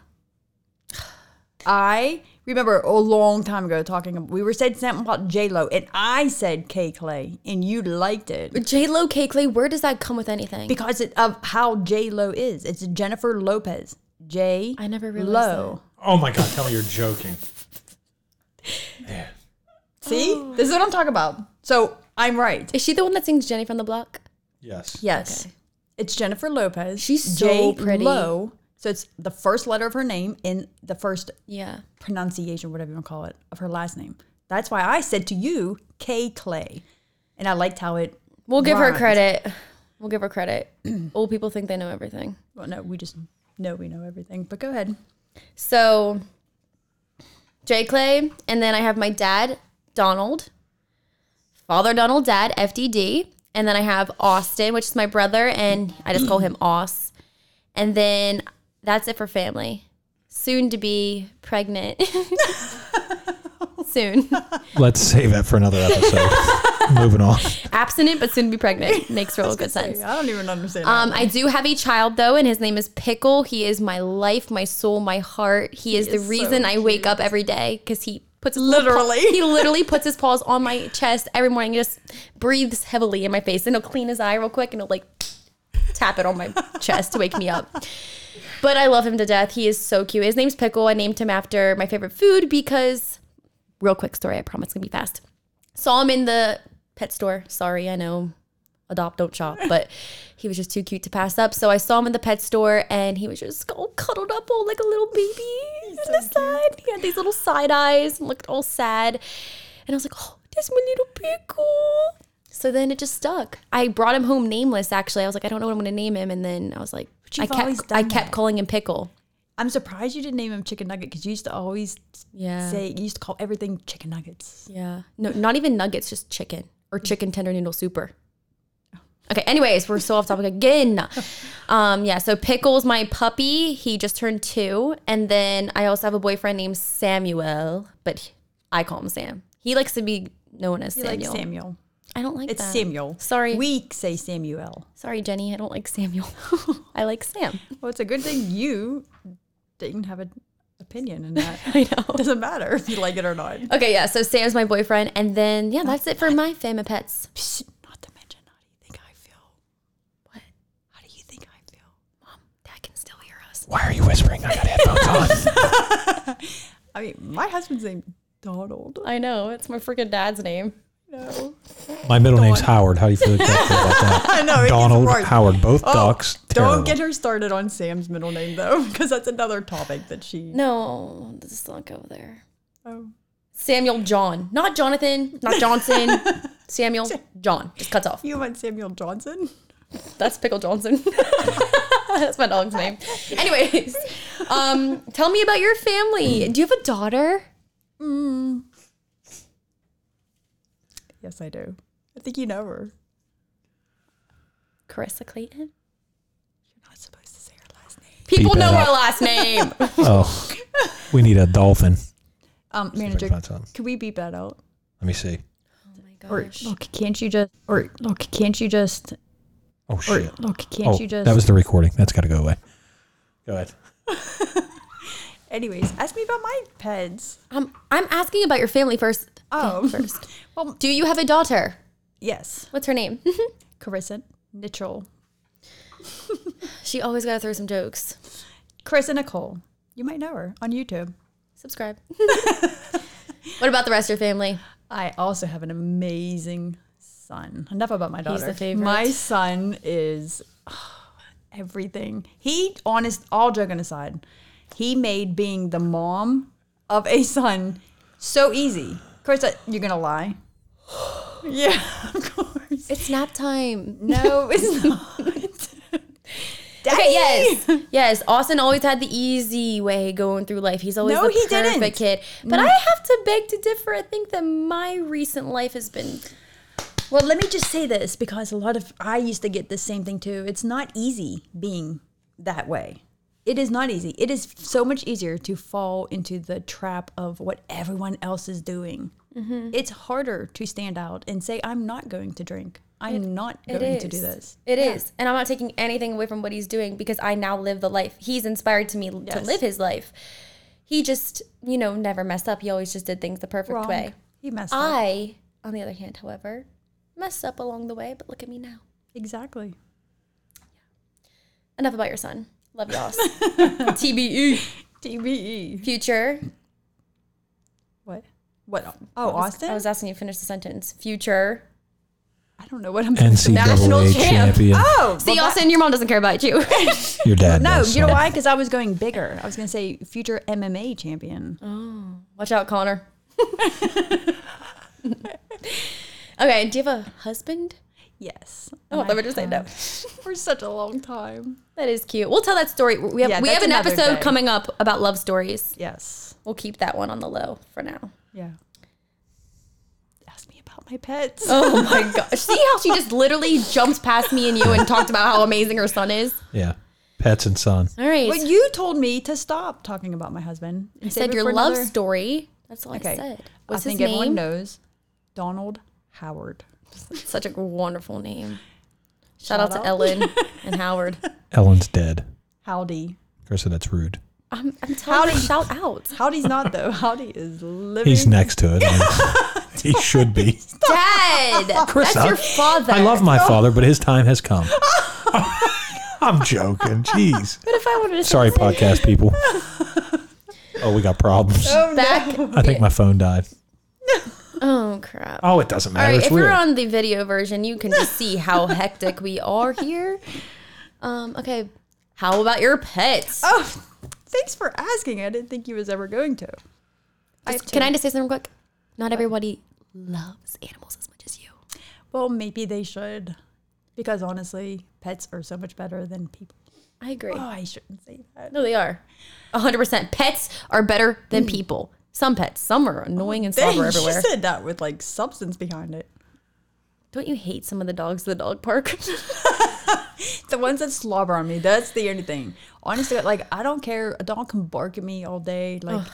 Speaker 3: I remember a long time ago talking. We were said something about J Lo, and I said K Clay, and you liked it
Speaker 1: J Lo K Clay, where does that come with anything?
Speaker 3: because it, of how J Lo is. It's Jennifer Lopez. J.
Speaker 1: I never realized
Speaker 3: Lo.
Speaker 4: oh my God! Tell me you're joking.
Speaker 3: See,
Speaker 1: Oh.
Speaker 3: this is what I'm talking about. So I'm right.
Speaker 1: Is she the one that sings Jenny from the Block?
Speaker 4: Yes.
Speaker 3: Yes. It's Jennifer Lopez.
Speaker 1: She's so pretty.
Speaker 3: Lo. So it's the first letter of her name and the first
Speaker 1: Yeah.
Speaker 3: pronunciation, whatever you want to call it, of her last name. That's why I said to you, K Clay. And I liked how it.
Speaker 1: We'll give her
Speaker 3: rhymed.
Speaker 1: credit. We'll give her credit. Old people think they know everything.
Speaker 3: Well, no, we just know we know everything. But go ahead.
Speaker 1: So, J. Clay, and then I have my dad, Donald, Father Donald, Dad, FDD, and then I have Austin, which is my brother, and I just call him Aus. And then that's it for family. Soon to be pregnant. soon.
Speaker 4: Let's save that for another episode. Moving on.
Speaker 1: Abstinent, but soon to be pregnant. Makes real good sense.
Speaker 3: I don't even understand.
Speaker 1: Um, I do have a child though, and his name is Pickle. He is my life, my soul, my heart. He is the
Speaker 3: is so
Speaker 1: reason I wake up every day because he puts his little paw-
Speaker 3: Literally.
Speaker 1: he literally puts his paws on my chest every morning. and just breathes heavily in my face, and he'll clean his eye real quick, and he'll like tap it on my chest to wake me up. But I love him to death. He is so cute. His name's Pickle. I named him after my favorite food because, real quick story, I promise it's gonna be fast. Saw him in the pet store. Sorry, I know, adopt, don't shop, but he was just too cute to pass up. So I saw him in the pet store and he was just all cuddled up, all like a little baby on the side. He had these little side eyes and looked all sad. And I was like, oh, that's my little pickle. So then it just stuck. I brought him home nameless. Actually, I was like, I don't know what I'm going to name him. And then I was like, I
Speaker 3: you've always
Speaker 1: kept,
Speaker 3: done
Speaker 1: I kept
Speaker 3: that.
Speaker 1: calling him Pickle.
Speaker 3: I'm surprised you didn't name him Chicken Nugget because you used to always
Speaker 1: Yeah.
Speaker 3: say, you used to call everything Chicken Nuggets.
Speaker 1: Yeah. No, not even nuggets, just chicken or chicken tender noodle super. Okay, anyways, we're so off topic again. Um, yeah, so Pickle's my puppy. He just turned two. And then I also have a boyfriend named Samuel, but I call him Sam. He likes to be known as
Speaker 3: You like
Speaker 1: Samuel.
Speaker 3: Samuel.
Speaker 1: I don't like
Speaker 3: It's
Speaker 1: that.
Speaker 3: Samuel.
Speaker 1: Sorry.
Speaker 3: We say Samuel.
Speaker 1: Sorry, Jenny. I don't like Samuel. I like Sam.
Speaker 3: Well, it's a good thing you didn't have an opinion in that.
Speaker 1: I know.
Speaker 3: Doesn't matter if you like it or not.
Speaker 1: Okay, yeah, so Sam's my boyfriend. And then, yeah, that's it for my Fama Pets.
Speaker 3: Not to mention, how do you think I feel? What? How do you think I feel?
Speaker 1: Dad can still hear us.
Speaker 4: Why are you whispering? I got headphones on.
Speaker 3: I mean, my husband's named Donald.
Speaker 1: I know. It's my freaking dad's name.
Speaker 3: No.
Speaker 4: My middle name's Howard. How do you feel exactly about that?
Speaker 3: I know. it gets
Speaker 4: Donald
Speaker 3: worse.
Speaker 4: Howard. Both
Speaker 3: Oh,
Speaker 4: ducks. Terrible.
Speaker 3: Don't get her started on Sam's middle name though, because that's another topic that she.
Speaker 1: No, this is not go there.
Speaker 3: Oh.
Speaker 1: Samuel John, not Jonathan, not Johnson. Samuel John just cuts off.
Speaker 3: You want Samuel Johnson?
Speaker 1: That's Pickle Johnson. That's my dog's name. Anyways, um, tell me about your family. Do you have a daughter?
Speaker 3: Yes, I do. I think you know her.
Speaker 1: Carissa Clayton.
Speaker 3: You're not supposed to say her last name.
Speaker 1: People
Speaker 4: Beep
Speaker 1: know our
Speaker 4: that out.
Speaker 1: last name.
Speaker 4: Oh, we need a dolphin.
Speaker 3: Um,
Speaker 4: If I can
Speaker 3: manager,
Speaker 4: find something.
Speaker 3: can we beep that out?
Speaker 4: Let me see.
Speaker 3: Or look, can't you just? Or look, can't you just?
Speaker 4: Oh
Speaker 3: Or
Speaker 4: shit.
Speaker 3: look, can't
Speaker 4: Oh,
Speaker 3: you just?
Speaker 4: that was the recording. That's got to go away. Go ahead.
Speaker 3: Anyways, ask me about my pets.
Speaker 1: Um, I'm asking about your family first.
Speaker 3: Oh.
Speaker 1: first.
Speaker 3: Well,
Speaker 1: Do you have a daughter?
Speaker 3: yes,
Speaker 1: What's her name?
Speaker 3: Carissa Nichol.
Speaker 1: she always gotta throw some jokes.
Speaker 3: Carissa Nicole. You might know her on YouTube.
Speaker 1: Subscribe. what about the rest of your family?
Speaker 3: I also have an amazing son. Enough about my daughter.
Speaker 1: the favorite.
Speaker 3: My son is everything. He, honest, all joking aside, he made being the mom of a son. So easy. Of course, I, you're gonna lie. yeah, of course.
Speaker 1: It's nap time.
Speaker 3: No, it's not.
Speaker 1: Okay, yes. Yes. Austin always had the easy way going through life. He's always
Speaker 3: No,
Speaker 1: the
Speaker 3: he
Speaker 1: perfect
Speaker 3: didn't.
Speaker 1: kid. But I have to beg to differ. I think that my recent life has been
Speaker 3: Well, let me just say this because a lot of I used to get the same thing too. It's not easy being that way. It is not easy. It is so much easier to fall into the trap of what everyone else is doing.
Speaker 1: Mm-hmm.
Speaker 3: It's harder to stand out and say, I'm not going to drink. I'm not
Speaker 1: It
Speaker 3: going
Speaker 1: is.
Speaker 3: to do this.
Speaker 1: It is, And I'm not taking anything away from what he's doing because I now live the life. He's inspired to me l- to
Speaker 3: Yes.
Speaker 1: live his life. He just, you know, never messed up. He always just did things the perfect
Speaker 3: Wrong.
Speaker 1: way.
Speaker 3: He messed up.
Speaker 1: I, on the other hand, however, messed up along the way, but look at me now.
Speaker 3: Exactly.
Speaker 1: Enough about your son. Love you, Oz. TBE.
Speaker 3: TBE.
Speaker 1: E. Future.
Speaker 3: What? What? Oh, Austin?
Speaker 1: I was asking you to finish the sentence. Future.
Speaker 3: I don't know what I'm
Speaker 4: NCAA champion.
Speaker 3: Oh,
Speaker 1: See, Austin, your mom doesn't care about you.
Speaker 4: Your dad.
Speaker 3: No,
Speaker 4: does,
Speaker 3: you know
Speaker 4: so.
Speaker 3: why? Because I was going bigger. I was going to say future MMA champion.
Speaker 1: Watch out, Connor. okay, do you have a husband?
Speaker 3: Yes.
Speaker 1: Oh, I thought we were just saying no.
Speaker 3: for such a long time.
Speaker 1: That is cute. We'll tell that story. We have,
Speaker 3: Yeah,
Speaker 1: we have
Speaker 3: that's
Speaker 1: an
Speaker 3: another
Speaker 1: episode
Speaker 3: day.
Speaker 1: coming up about love stories.
Speaker 3: Yes.
Speaker 1: We'll keep that one on the low for now.
Speaker 3: Yeah. Ask me about my pets.
Speaker 1: Oh my gosh. See how she just literally jumped past me and you and talked about how amazing her son is?
Speaker 4: Yeah. Pets and son.
Speaker 1: All right.
Speaker 3: Well, you told me to stop talking about my husband.
Speaker 1: I said your love story. That's all I
Speaker 3: Okay.
Speaker 1: said.
Speaker 3: I
Speaker 1: What's
Speaker 3: think
Speaker 1: his
Speaker 3: everyone
Speaker 1: name?
Speaker 3: knows Donald Howard.
Speaker 1: Such a wonderful name. Shout, out,
Speaker 3: out.
Speaker 1: to Ellen and Howard.
Speaker 4: Ellen's dead.
Speaker 3: Howdy.
Speaker 4: Krista, that's rude.
Speaker 1: I'm, I'm telling you, shout out.
Speaker 3: Howdy's not though. Howdy is living.
Speaker 4: He's next to it. he should be.
Speaker 1: Dad, that's
Speaker 4: Krista,
Speaker 1: your father.
Speaker 4: I love my father, but his time has come. I'm joking. Jeez.
Speaker 1: What if I wanted to say
Speaker 4: Sorry,
Speaker 1: the same?
Speaker 4: podcast people. Oh, we got problems.
Speaker 1: back?
Speaker 4: I think my phone died.
Speaker 1: Oh crap.
Speaker 4: Oh, it doesn't
Speaker 1: All
Speaker 4: matter.
Speaker 1: right,
Speaker 4: it's
Speaker 1: if
Speaker 4: weird.
Speaker 1: you're on the video version, you can just see how hectic we are here. Um, okay, how about your pets?
Speaker 3: Oh, thanks for asking. I didn't think he was ever going to.
Speaker 1: Just- can I just say something real quick? Not everybody loves animals as much as you.
Speaker 3: Well, maybe they should, because honestly, pets are so much better than people.
Speaker 1: I agree.
Speaker 3: Oh, I shouldn't say that.
Speaker 1: Uh, No, they are. 100%. Pets are better than people. Some pets. Some are annoying and slobber
Speaker 3: Dang, she
Speaker 1: everywhere.
Speaker 3: said that with like substance behind it.
Speaker 1: Don't you hate some of the dogs at the dog park?
Speaker 3: The ones that slobber on me, that's the only thing. Honestly, like I don't care. A dog can bark at me all day. Like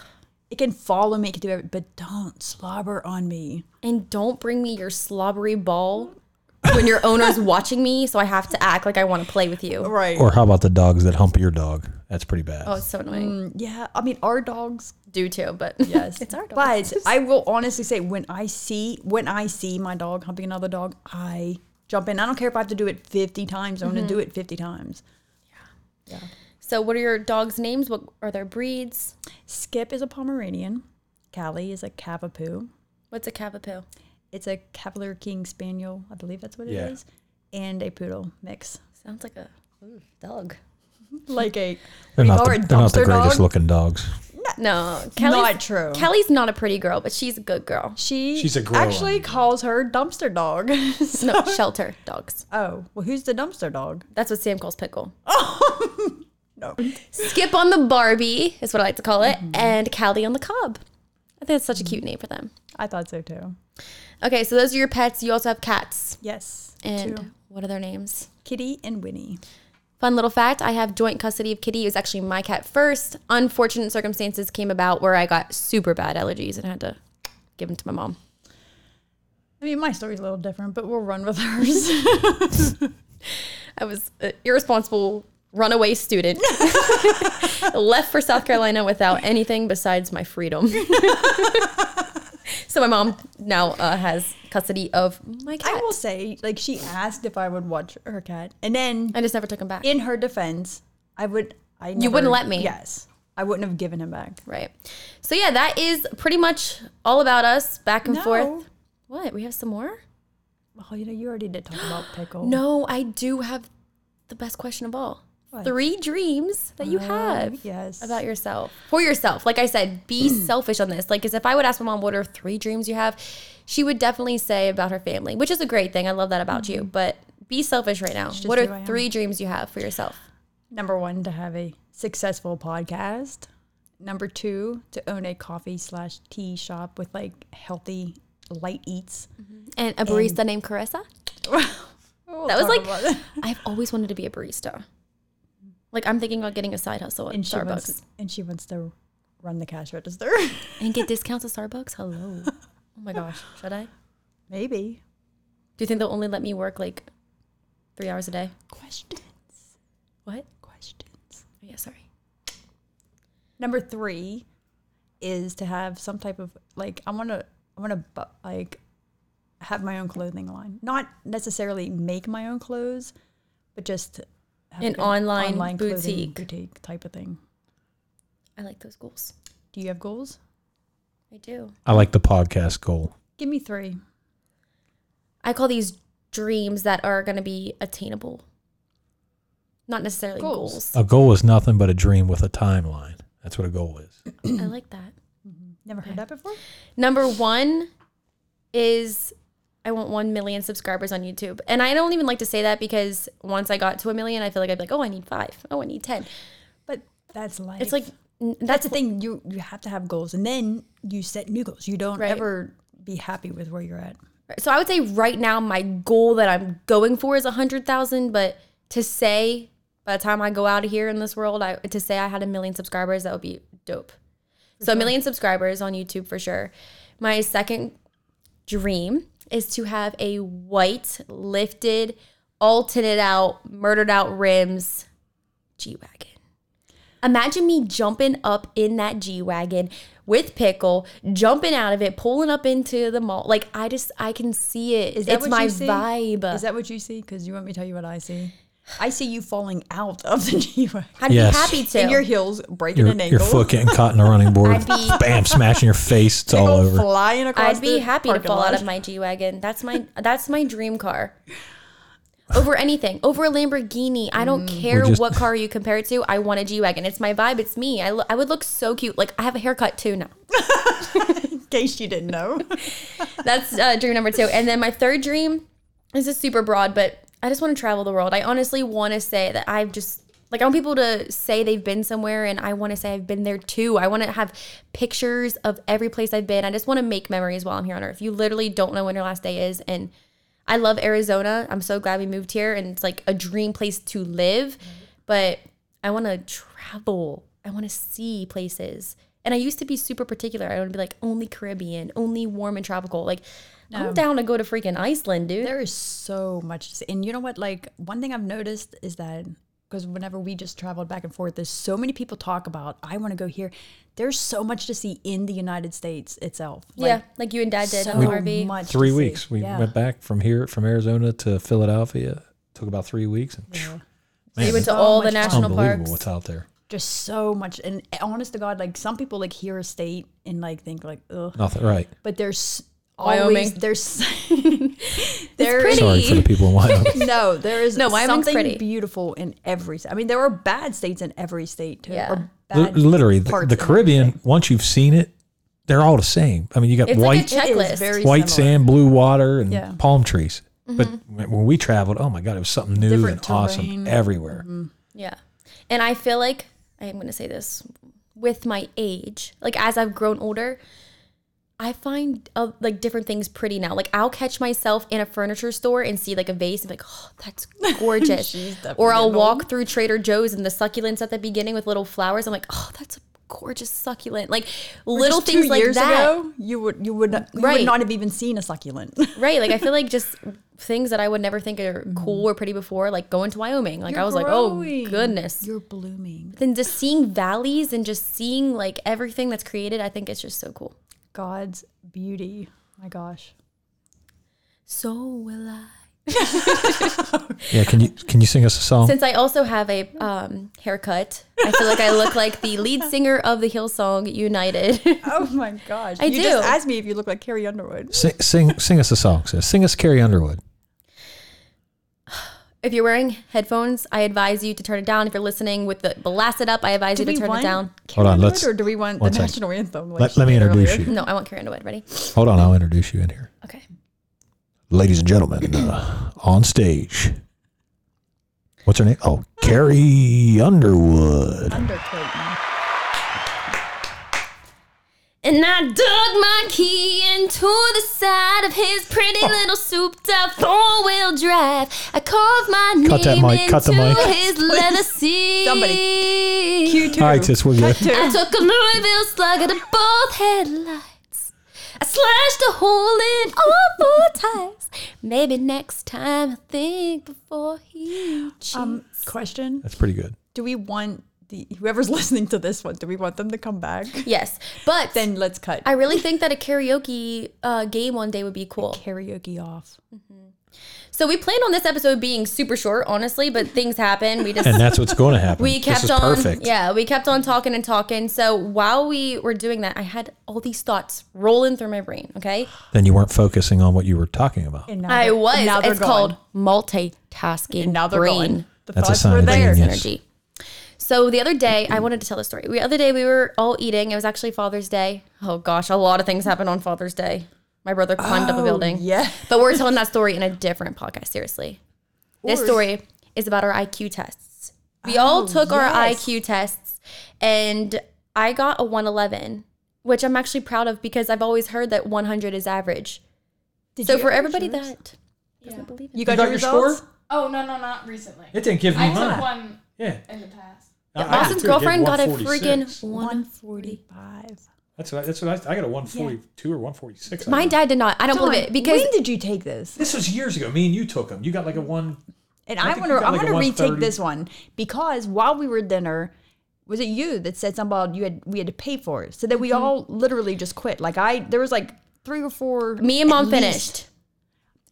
Speaker 3: it can follow me, it can do everything, but don't slobber on me.
Speaker 1: and don't bring me your slobbery ball when your owner's watching me, so I have to act like I want to play with you.
Speaker 3: Right.
Speaker 4: or how about the dogs that hump your dog? That's pretty bad.
Speaker 1: Oh, it's so annoying.
Speaker 3: yeah. I mean, our dogs.
Speaker 1: Do too, but
Speaker 3: Yes.
Speaker 1: it's our dog.
Speaker 3: But I will honestly say, when I see when I see my dog humping another dog, I jump in. I don't care if I have to do it fifty times. I'm going to do it fifty times.
Speaker 1: So, what are your dogs' names? What are their breeds?
Speaker 3: Skip is a Pomeranian. Callie is a Cavapoo.
Speaker 1: What's a Cavapoo?
Speaker 3: It's a Cavalier King Spaniel, I believe that's what it is,
Speaker 4: Yeah.
Speaker 3: and a poodle mix.
Speaker 1: Sounds like a ooh, dog.
Speaker 3: Like a
Speaker 4: they're not,
Speaker 3: or a
Speaker 4: the, they're not the
Speaker 3: dumpster
Speaker 4: greatest
Speaker 3: dog?
Speaker 4: looking dogs.
Speaker 1: No,
Speaker 3: not true.
Speaker 1: Kelly's not a pretty girl, but she's a good girl.
Speaker 3: she
Speaker 4: She's a grown.
Speaker 3: actually calls her dumpster dog.
Speaker 1: No, shelter dogs.
Speaker 3: oh, well, who's the dumpster dog?
Speaker 1: That's what Sam calls pickle.
Speaker 3: Oh, No. Mm-hmm.
Speaker 1: Skip on the Barbie is what I like to call it, and Callie on the Cobb. I think it's such a cute name for them.
Speaker 3: I thought so too.
Speaker 1: Okay, so those are your pets. You also have cats.
Speaker 3: Yes.
Speaker 1: And
Speaker 3: two.
Speaker 1: what are their names?
Speaker 3: Kitty and Winnie.
Speaker 1: Fun little fact I have joint custody of Kitty. It was actually my cat first. Unfortunate circumstances came about where I got super bad allergies and had to give them to my mom.
Speaker 3: I mean, my story's a little different, but we'll run with hers.
Speaker 1: I was an irresponsible runaway student, left for South Carolina without anything besides my freedom. so my mom now uh, has custody of my
Speaker 3: I
Speaker 1: cat.
Speaker 3: will say, like, she asked if I would watch her cat, and then
Speaker 1: I just never took him back.
Speaker 3: in her defense, I would. I never,
Speaker 1: wouldn't let me.
Speaker 3: Yes, I wouldn't have given him back.
Speaker 1: right. So yeah, that is pretty much all about us back and
Speaker 3: No.
Speaker 1: forth. What? We have some more?
Speaker 3: Oh. Well, you know, you already did talk about pickle.
Speaker 1: No, I do have the best question of all. three dreams that you have
Speaker 3: Oh, Yes. Mm.
Speaker 1: about yourself for yourself. Like I said, be selfish on this. Like, 'cause if I would ask my mom what are three dreams you have, she would definitely say about her family, which is a great thing. I love that about you. But be selfish right now. What
Speaker 3: Mm-hmm. just who I
Speaker 1: are
Speaker 3: am.
Speaker 1: three dreams you have for yourself?
Speaker 3: Number one, to have a successful podcast. Number two, to own a coffee slash tea shop with like healthy light eats.
Speaker 1: And a barista named Caressa. That was like I've always wanted to be a barista. Like I'm thinking about getting a side hustle at
Speaker 3: and she
Speaker 1: Starbucks
Speaker 3: wants and she wants to run the cash register.
Speaker 1: and get discounts at Starbucks. Hello. Oh my gosh, should I?
Speaker 3: Maybe.
Speaker 1: Do you think they'll only let me work like three hours a day?
Speaker 3: Questions.
Speaker 1: What?
Speaker 3: Questions.
Speaker 1: Oh, yeah, sorry.
Speaker 3: Number three is to have some type of like I want to I want to like have my own clothing line. Not necessarily make my own clothes, but just have
Speaker 1: An
Speaker 3: like
Speaker 1: online
Speaker 3: clothing
Speaker 1: boutique.
Speaker 3: boutique type of thing.
Speaker 1: I like those goals.
Speaker 3: Do you have goals?
Speaker 1: I do.
Speaker 4: I like the podcast goal.
Speaker 3: Give me three.
Speaker 1: I call these dreams that are going to be attainable. Not necessarily
Speaker 3: Goals.
Speaker 1: goals.
Speaker 4: A goal is nothing but a dream with a timeline. That's what a goal is.
Speaker 1: I like that.
Speaker 3: Never heard that before.
Speaker 1: Number one is I want 1 million subscribers on YouTube. And I don't even like to say that because once I got to a million, I feel like I'd be like, oh, I need five. Oh, I need 10.
Speaker 3: But that's life.
Speaker 1: It's like, n-
Speaker 3: that's
Speaker 1: that's
Speaker 3: the thing. You you have to have goals, and then you set new goals. You don't
Speaker 1: Right.
Speaker 3: ever be happy with where you're at.
Speaker 1: so I would say right now my goal that I'm going for is a hundred thousand, but to say by the time I go out of here in this world, I to say I had a million subscribers, that would be dope. so a
Speaker 3: Mm-hmm.
Speaker 1: million subscribers on YouTube for sure. My second dream is to have a white lifted, all tinted out, murdered out rims G Wagon. Imagine me jumping up in that G Wagon with pickle, jumping out of it, pulling up into the mall. Like I just I can see it.
Speaker 3: Is that
Speaker 1: it's
Speaker 3: what
Speaker 1: my
Speaker 3: you see?
Speaker 1: vibe.
Speaker 3: Is that what you see? Because you want me to tell you what I see. I see you falling out of the G wagon
Speaker 1: I'd
Speaker 4: Yes.
Speaker 1: be happy to.
Speaker 3: in your heels, breaking
Speaker 4: Your,
Speaker 3: an
Speaker 4: your
Speaker 3: ankle,
Speaker 4: foot getting caught in a running board,
Speaker 1: I'd be-
Speaker 4: bam, smashing your face. It's all
Speaker 3: go
Speaker 4: over.
Speaker 3: flying across.
Speaker 1: I'd be
Speaker 3: the
Speaker 1: happy to
Speaker 3: parking
Speaker 1: fall
Speaker 3: lot.
Speaker 1: out of my G wagon. That's my that's my dream car. Over anything, over a Lamborghini. I don't
Speaker 3: Mm.
Speaker 1: care
Speaker 4: just-
Speaker 1: what car you compare it to. I want a G wagon. It's my vibe. It's me. I, lo- I would look so cute. Like I have a haircut too now.
Speaker 3: In case you didn't know,
Speaker 1: That's uh, dream number two. And then my third dream this is super broad, but I just want to travel the world. I honestly want to say that I've just like I want people to say they've been somewhere, and I want to say I've been there too. I want to have pictures of every place I've been. I just want to make memories while I'm here on Earth. You literally don't know when your last day is, and I love Arizona. I'm so glad we moved here, and it's like a dream place to live. But I want to travel. I want to see places. And I used to be super particular. I want to be like only Caribbean, only warm and tropical. Like I'm down to go to freaking Iceland, dude.
Speaker 3: there is so much. to see. And you know what? Like one thing I've noticed is that because whenever we just traveled back and forth, there's so many people talk about. I want to go here. There's so much to see in the United States itself.
Speaker 1: yeah, like you and Dad did
Speaker 3: so
Speaker 1: on the RV.
Speaker 3: much. to
Speaker 4: three
Speaker 3: see.
Speaker 4: weeks. We
Speaker 3: Yeah.
Speaker 4: went back from here, from Arizona to Philadelphia. Took about three weeks. And, phew,
Speaker 1: So you
Speaker 4: man,
Speaker 1: went to
Speaker 3: So
Speaker 1: all the
Speaker 3: much
Speaker 4: it's
Speaker 3: fun.
Speaker 1: national
Speaker 4: unbelievable
Speaker 1: parks.
Speaker 4: what's out there.
Speaker 3: just so much and eh, honest to god like some people like hear a state and like think like ugh
Speaker 4: Nothing right.
Speaker 3: but there's
Speaker 1: Wyoming.
Speaker 3: always there's there's
Speaker 1: pretty.
Speaker 4: Sorry for the people in Wyoming.
Speaker 3: no there is
Speaker 1: No,
Speaker 3: no
Speaker 1: Wyoming's
Speaker 3: something
Speaker 1: pretty.
Speaker 3: beautiful in every st- i mean there are bad states in every state too
Speaker 1: Yeah.
Speaker 3: or
Speaker 4: Li-
Speaker 3: bad
Speaker 4: literally, the,
Speaker 3: parts
Speaker 4: the
Speaker 3: in every
Speaker 4: Caribbean.
Speaker 3: state.
Speaker 4: Once you've seen it, they're all the same. I mean, you got
Speaker 1: It's
Speaker 4: white,
Speaker 1: like a
Speaker 3: It
Speaker 1: checklist.
Speaker 3: is very
Speaker 4: white
Speaker 3: similar.
Speaker 4: sand, blue water, and
Speaker 3: Yeah.
Speaker 4: palm trees. But when when we traveled, oh my god, it was something new
Speaker 3: Different
Speaker 4: and awesome
Speaker 3: terrain.
Speaker 4: everywhere.
Speaker 1: yeah. And I feel like I am going to say this with my age, like as I've grown older, I find uh, like different things pretty now. Like I'll catch myself in a furniture store and see like a vase and be like, oh, that's gorgeous. or I'll walk through Trader Joe's and the succulents at the beginning with little flowers. I'm like, oh, that's a gorgeous succulent. Like little
Speaker 3: Just two
Speaker 1: things like
Speaker 3: years
Speaker 1: that.
Speaker 3: ago you would you would, you
Speaker 1: Right.
Speaker 3: would not have even seen a succulent
Speaker 1: Right. Like I feel like just things that I would never think are cool or pretty before, like going to Wyoming. Like I was like, oh goodness.
Speaker 3: you're blooming
Speaker 1: then just seeing valleys and just seeing like everything that's created, I think it's just so cool.
Speaker 3: god's beauty my gosh
Speaker 1: So will I.
Speaker 4: Yeah, can you can you sing us a song?
Speaker 1: Since I also have a um, haircut, I feel like I look like the lead singer of the Hillsong United.
Speaker 3: oh my gosh
Speaker 1: I
Speaker 3: you just
Speaker 1: do.
Speaker 3: asked me if you look like carrie underwood
Speaker 4: sing, sing sing us a song. Sis. Sing us Carrie Underwood.
Speaker 1: If you're wearing headphones, I advise you to turn it down. If you're listening with the blast it up, I advise you to turn it down.
Speaker 4: Hold on,
Speaker 3: do
Speaker 4: let's-
Speaker 3: it, or do we want the
Speaker 4: one second.
Speaker 3: national anthem? like
Speaker 4: Let,
Speaker 3: she
Speaker 4: let me
Speaker 3: did
Speaker 4: introduce
Speaker 3: earlier?
Speaker 4: you.
Speaker 1: No, I want Karen to it. Ready?
Speaker 4: Hold on, I'll introduce you in here.
Speaker 1: Okay.
Speaker 4: Ladies and gentlemen, uh, on stage. What's her name? Oh, Carrie Underwood.
Speaker 3: Undercoat.
Speaker 1: And I dug my key into the side of his pretty little souped up four wheel drive. I carved my
Speaker 4: Cut that
Speaker 1: name
Speaker 4: mic,
Speaker 1: into
Speaker 4: cut the mic.
Speaker 1: his leather seat.
Speaker 3: Somebody. Q2.
Speaker 4: All right, sis, we're good.
Speaker 1: I took a Louisville slugger to both headlights. I slashed a hole in all four tires. Maybe next time I think before he cheats.
Speaker 3: Um, question:
Speaker 4: That's pretty good.
Speaker 3: Do we want the whoever's listening to this one? Do we want them to come back?
Speaker 1: yes, but
Speaker 3: Then let's cut
Speaker 1: I really think that a karaoke uh, game one day would be cool.
Speaker 3: karaoke off.
Speaker 1: So we planned on this episode being super short, honestly, but things happen. We just
Speaker 4: And that's what's going to happen.
Speaker 1: we kept
Speaker 4: this is
Speaker 1: on
Speaker 4: perfect.
Speaker 1: yeah we kept on talking and talking so while we were doing that i had all these thoughts rolling through my brain okay
Speaker 4: Then you weren't focusing on what you were talking about.
Speaker 3: And now
Speaker 1: i
Speaker 3: they're-
Speaker 1: was
Speaker 3: Now they're
Speaker 1: it's
Speaker 3: gone.
Speaker 1: called multitasking
Speaker 3: And now they're
Speaker 1: brain
Speaker 3: gone. The
Speaker 4: That's a
Speaker 3: thoughts
Speaker 4: sign
Speaker 3: were
Speaker 4: of being
Speaker 3: there.
Speaker 4: young. Yes.
Speaker 1: energy so the other day i wanted to tell the story the other day we were all eating it was actually father's day oh gosh a lot of things happened on father's day my brother climbed up a building
Speaker 3: Oh, yeah.
Speaker 1: but we're telling that story in a different podcast seriously this
Speaker 3: Or- Oh,
Speaker 1: story is about our iq tests we all took our
Speaker 3: yes.
Speaker 1: iq tests and i got a 111 which i'm actually proud of because i've always heard that 100 is average
Speaker 3: Did
Speaker 1: so
Speaker 3: you
Speaker 1: for
Speaker 3: get
Speaker 1: everybody
Speaker 3: yours?
Speaker 1: that
Speaker 5: Yeah.
Speaker 1: believe it.
Speaker 3: you got, your, results?
Speaker 5: Oh no, no, not recently.
Speaker 4: It didn't give me
Speaker 5: I took
Speaker 4: mine.
Speaker 5: one
Speaker 4: Yeah.
Speaker 5: in the past.
Speaker 1: Yeah, Austin's girlfriend got a friggin' one.
Speaker 3: One forty-five.
Speaker 4: That's what I, that's what I, I got a 142 or 146.
Speaker 1: My dad did not. I don't believe it because
Speaker 3: when did you take this?
Speaker 4: This was years ago. Me and you took them. You got like a one.
Speaker 3: And
Speaker 4: I
Speaker 3: I,
Speaker 4: think
Speaker 3: want to.
Speaker 4: you got
Speaker 3: I
Speaker 4: like
Speaker 3: want
Speaker 4: a
Speaker 3: to retake
Speaker 4: 130.
Speaker 3: this one because while we were at dinner, was it you that said something about you had we had to pay for it? So that
Speaker 1: Mm-hmm.
Speaker 3: we all literally just quit. Like I, there was like three or four.
Speaker 1: me and mom
Speaker 3: at least.
Speaker 1: finished.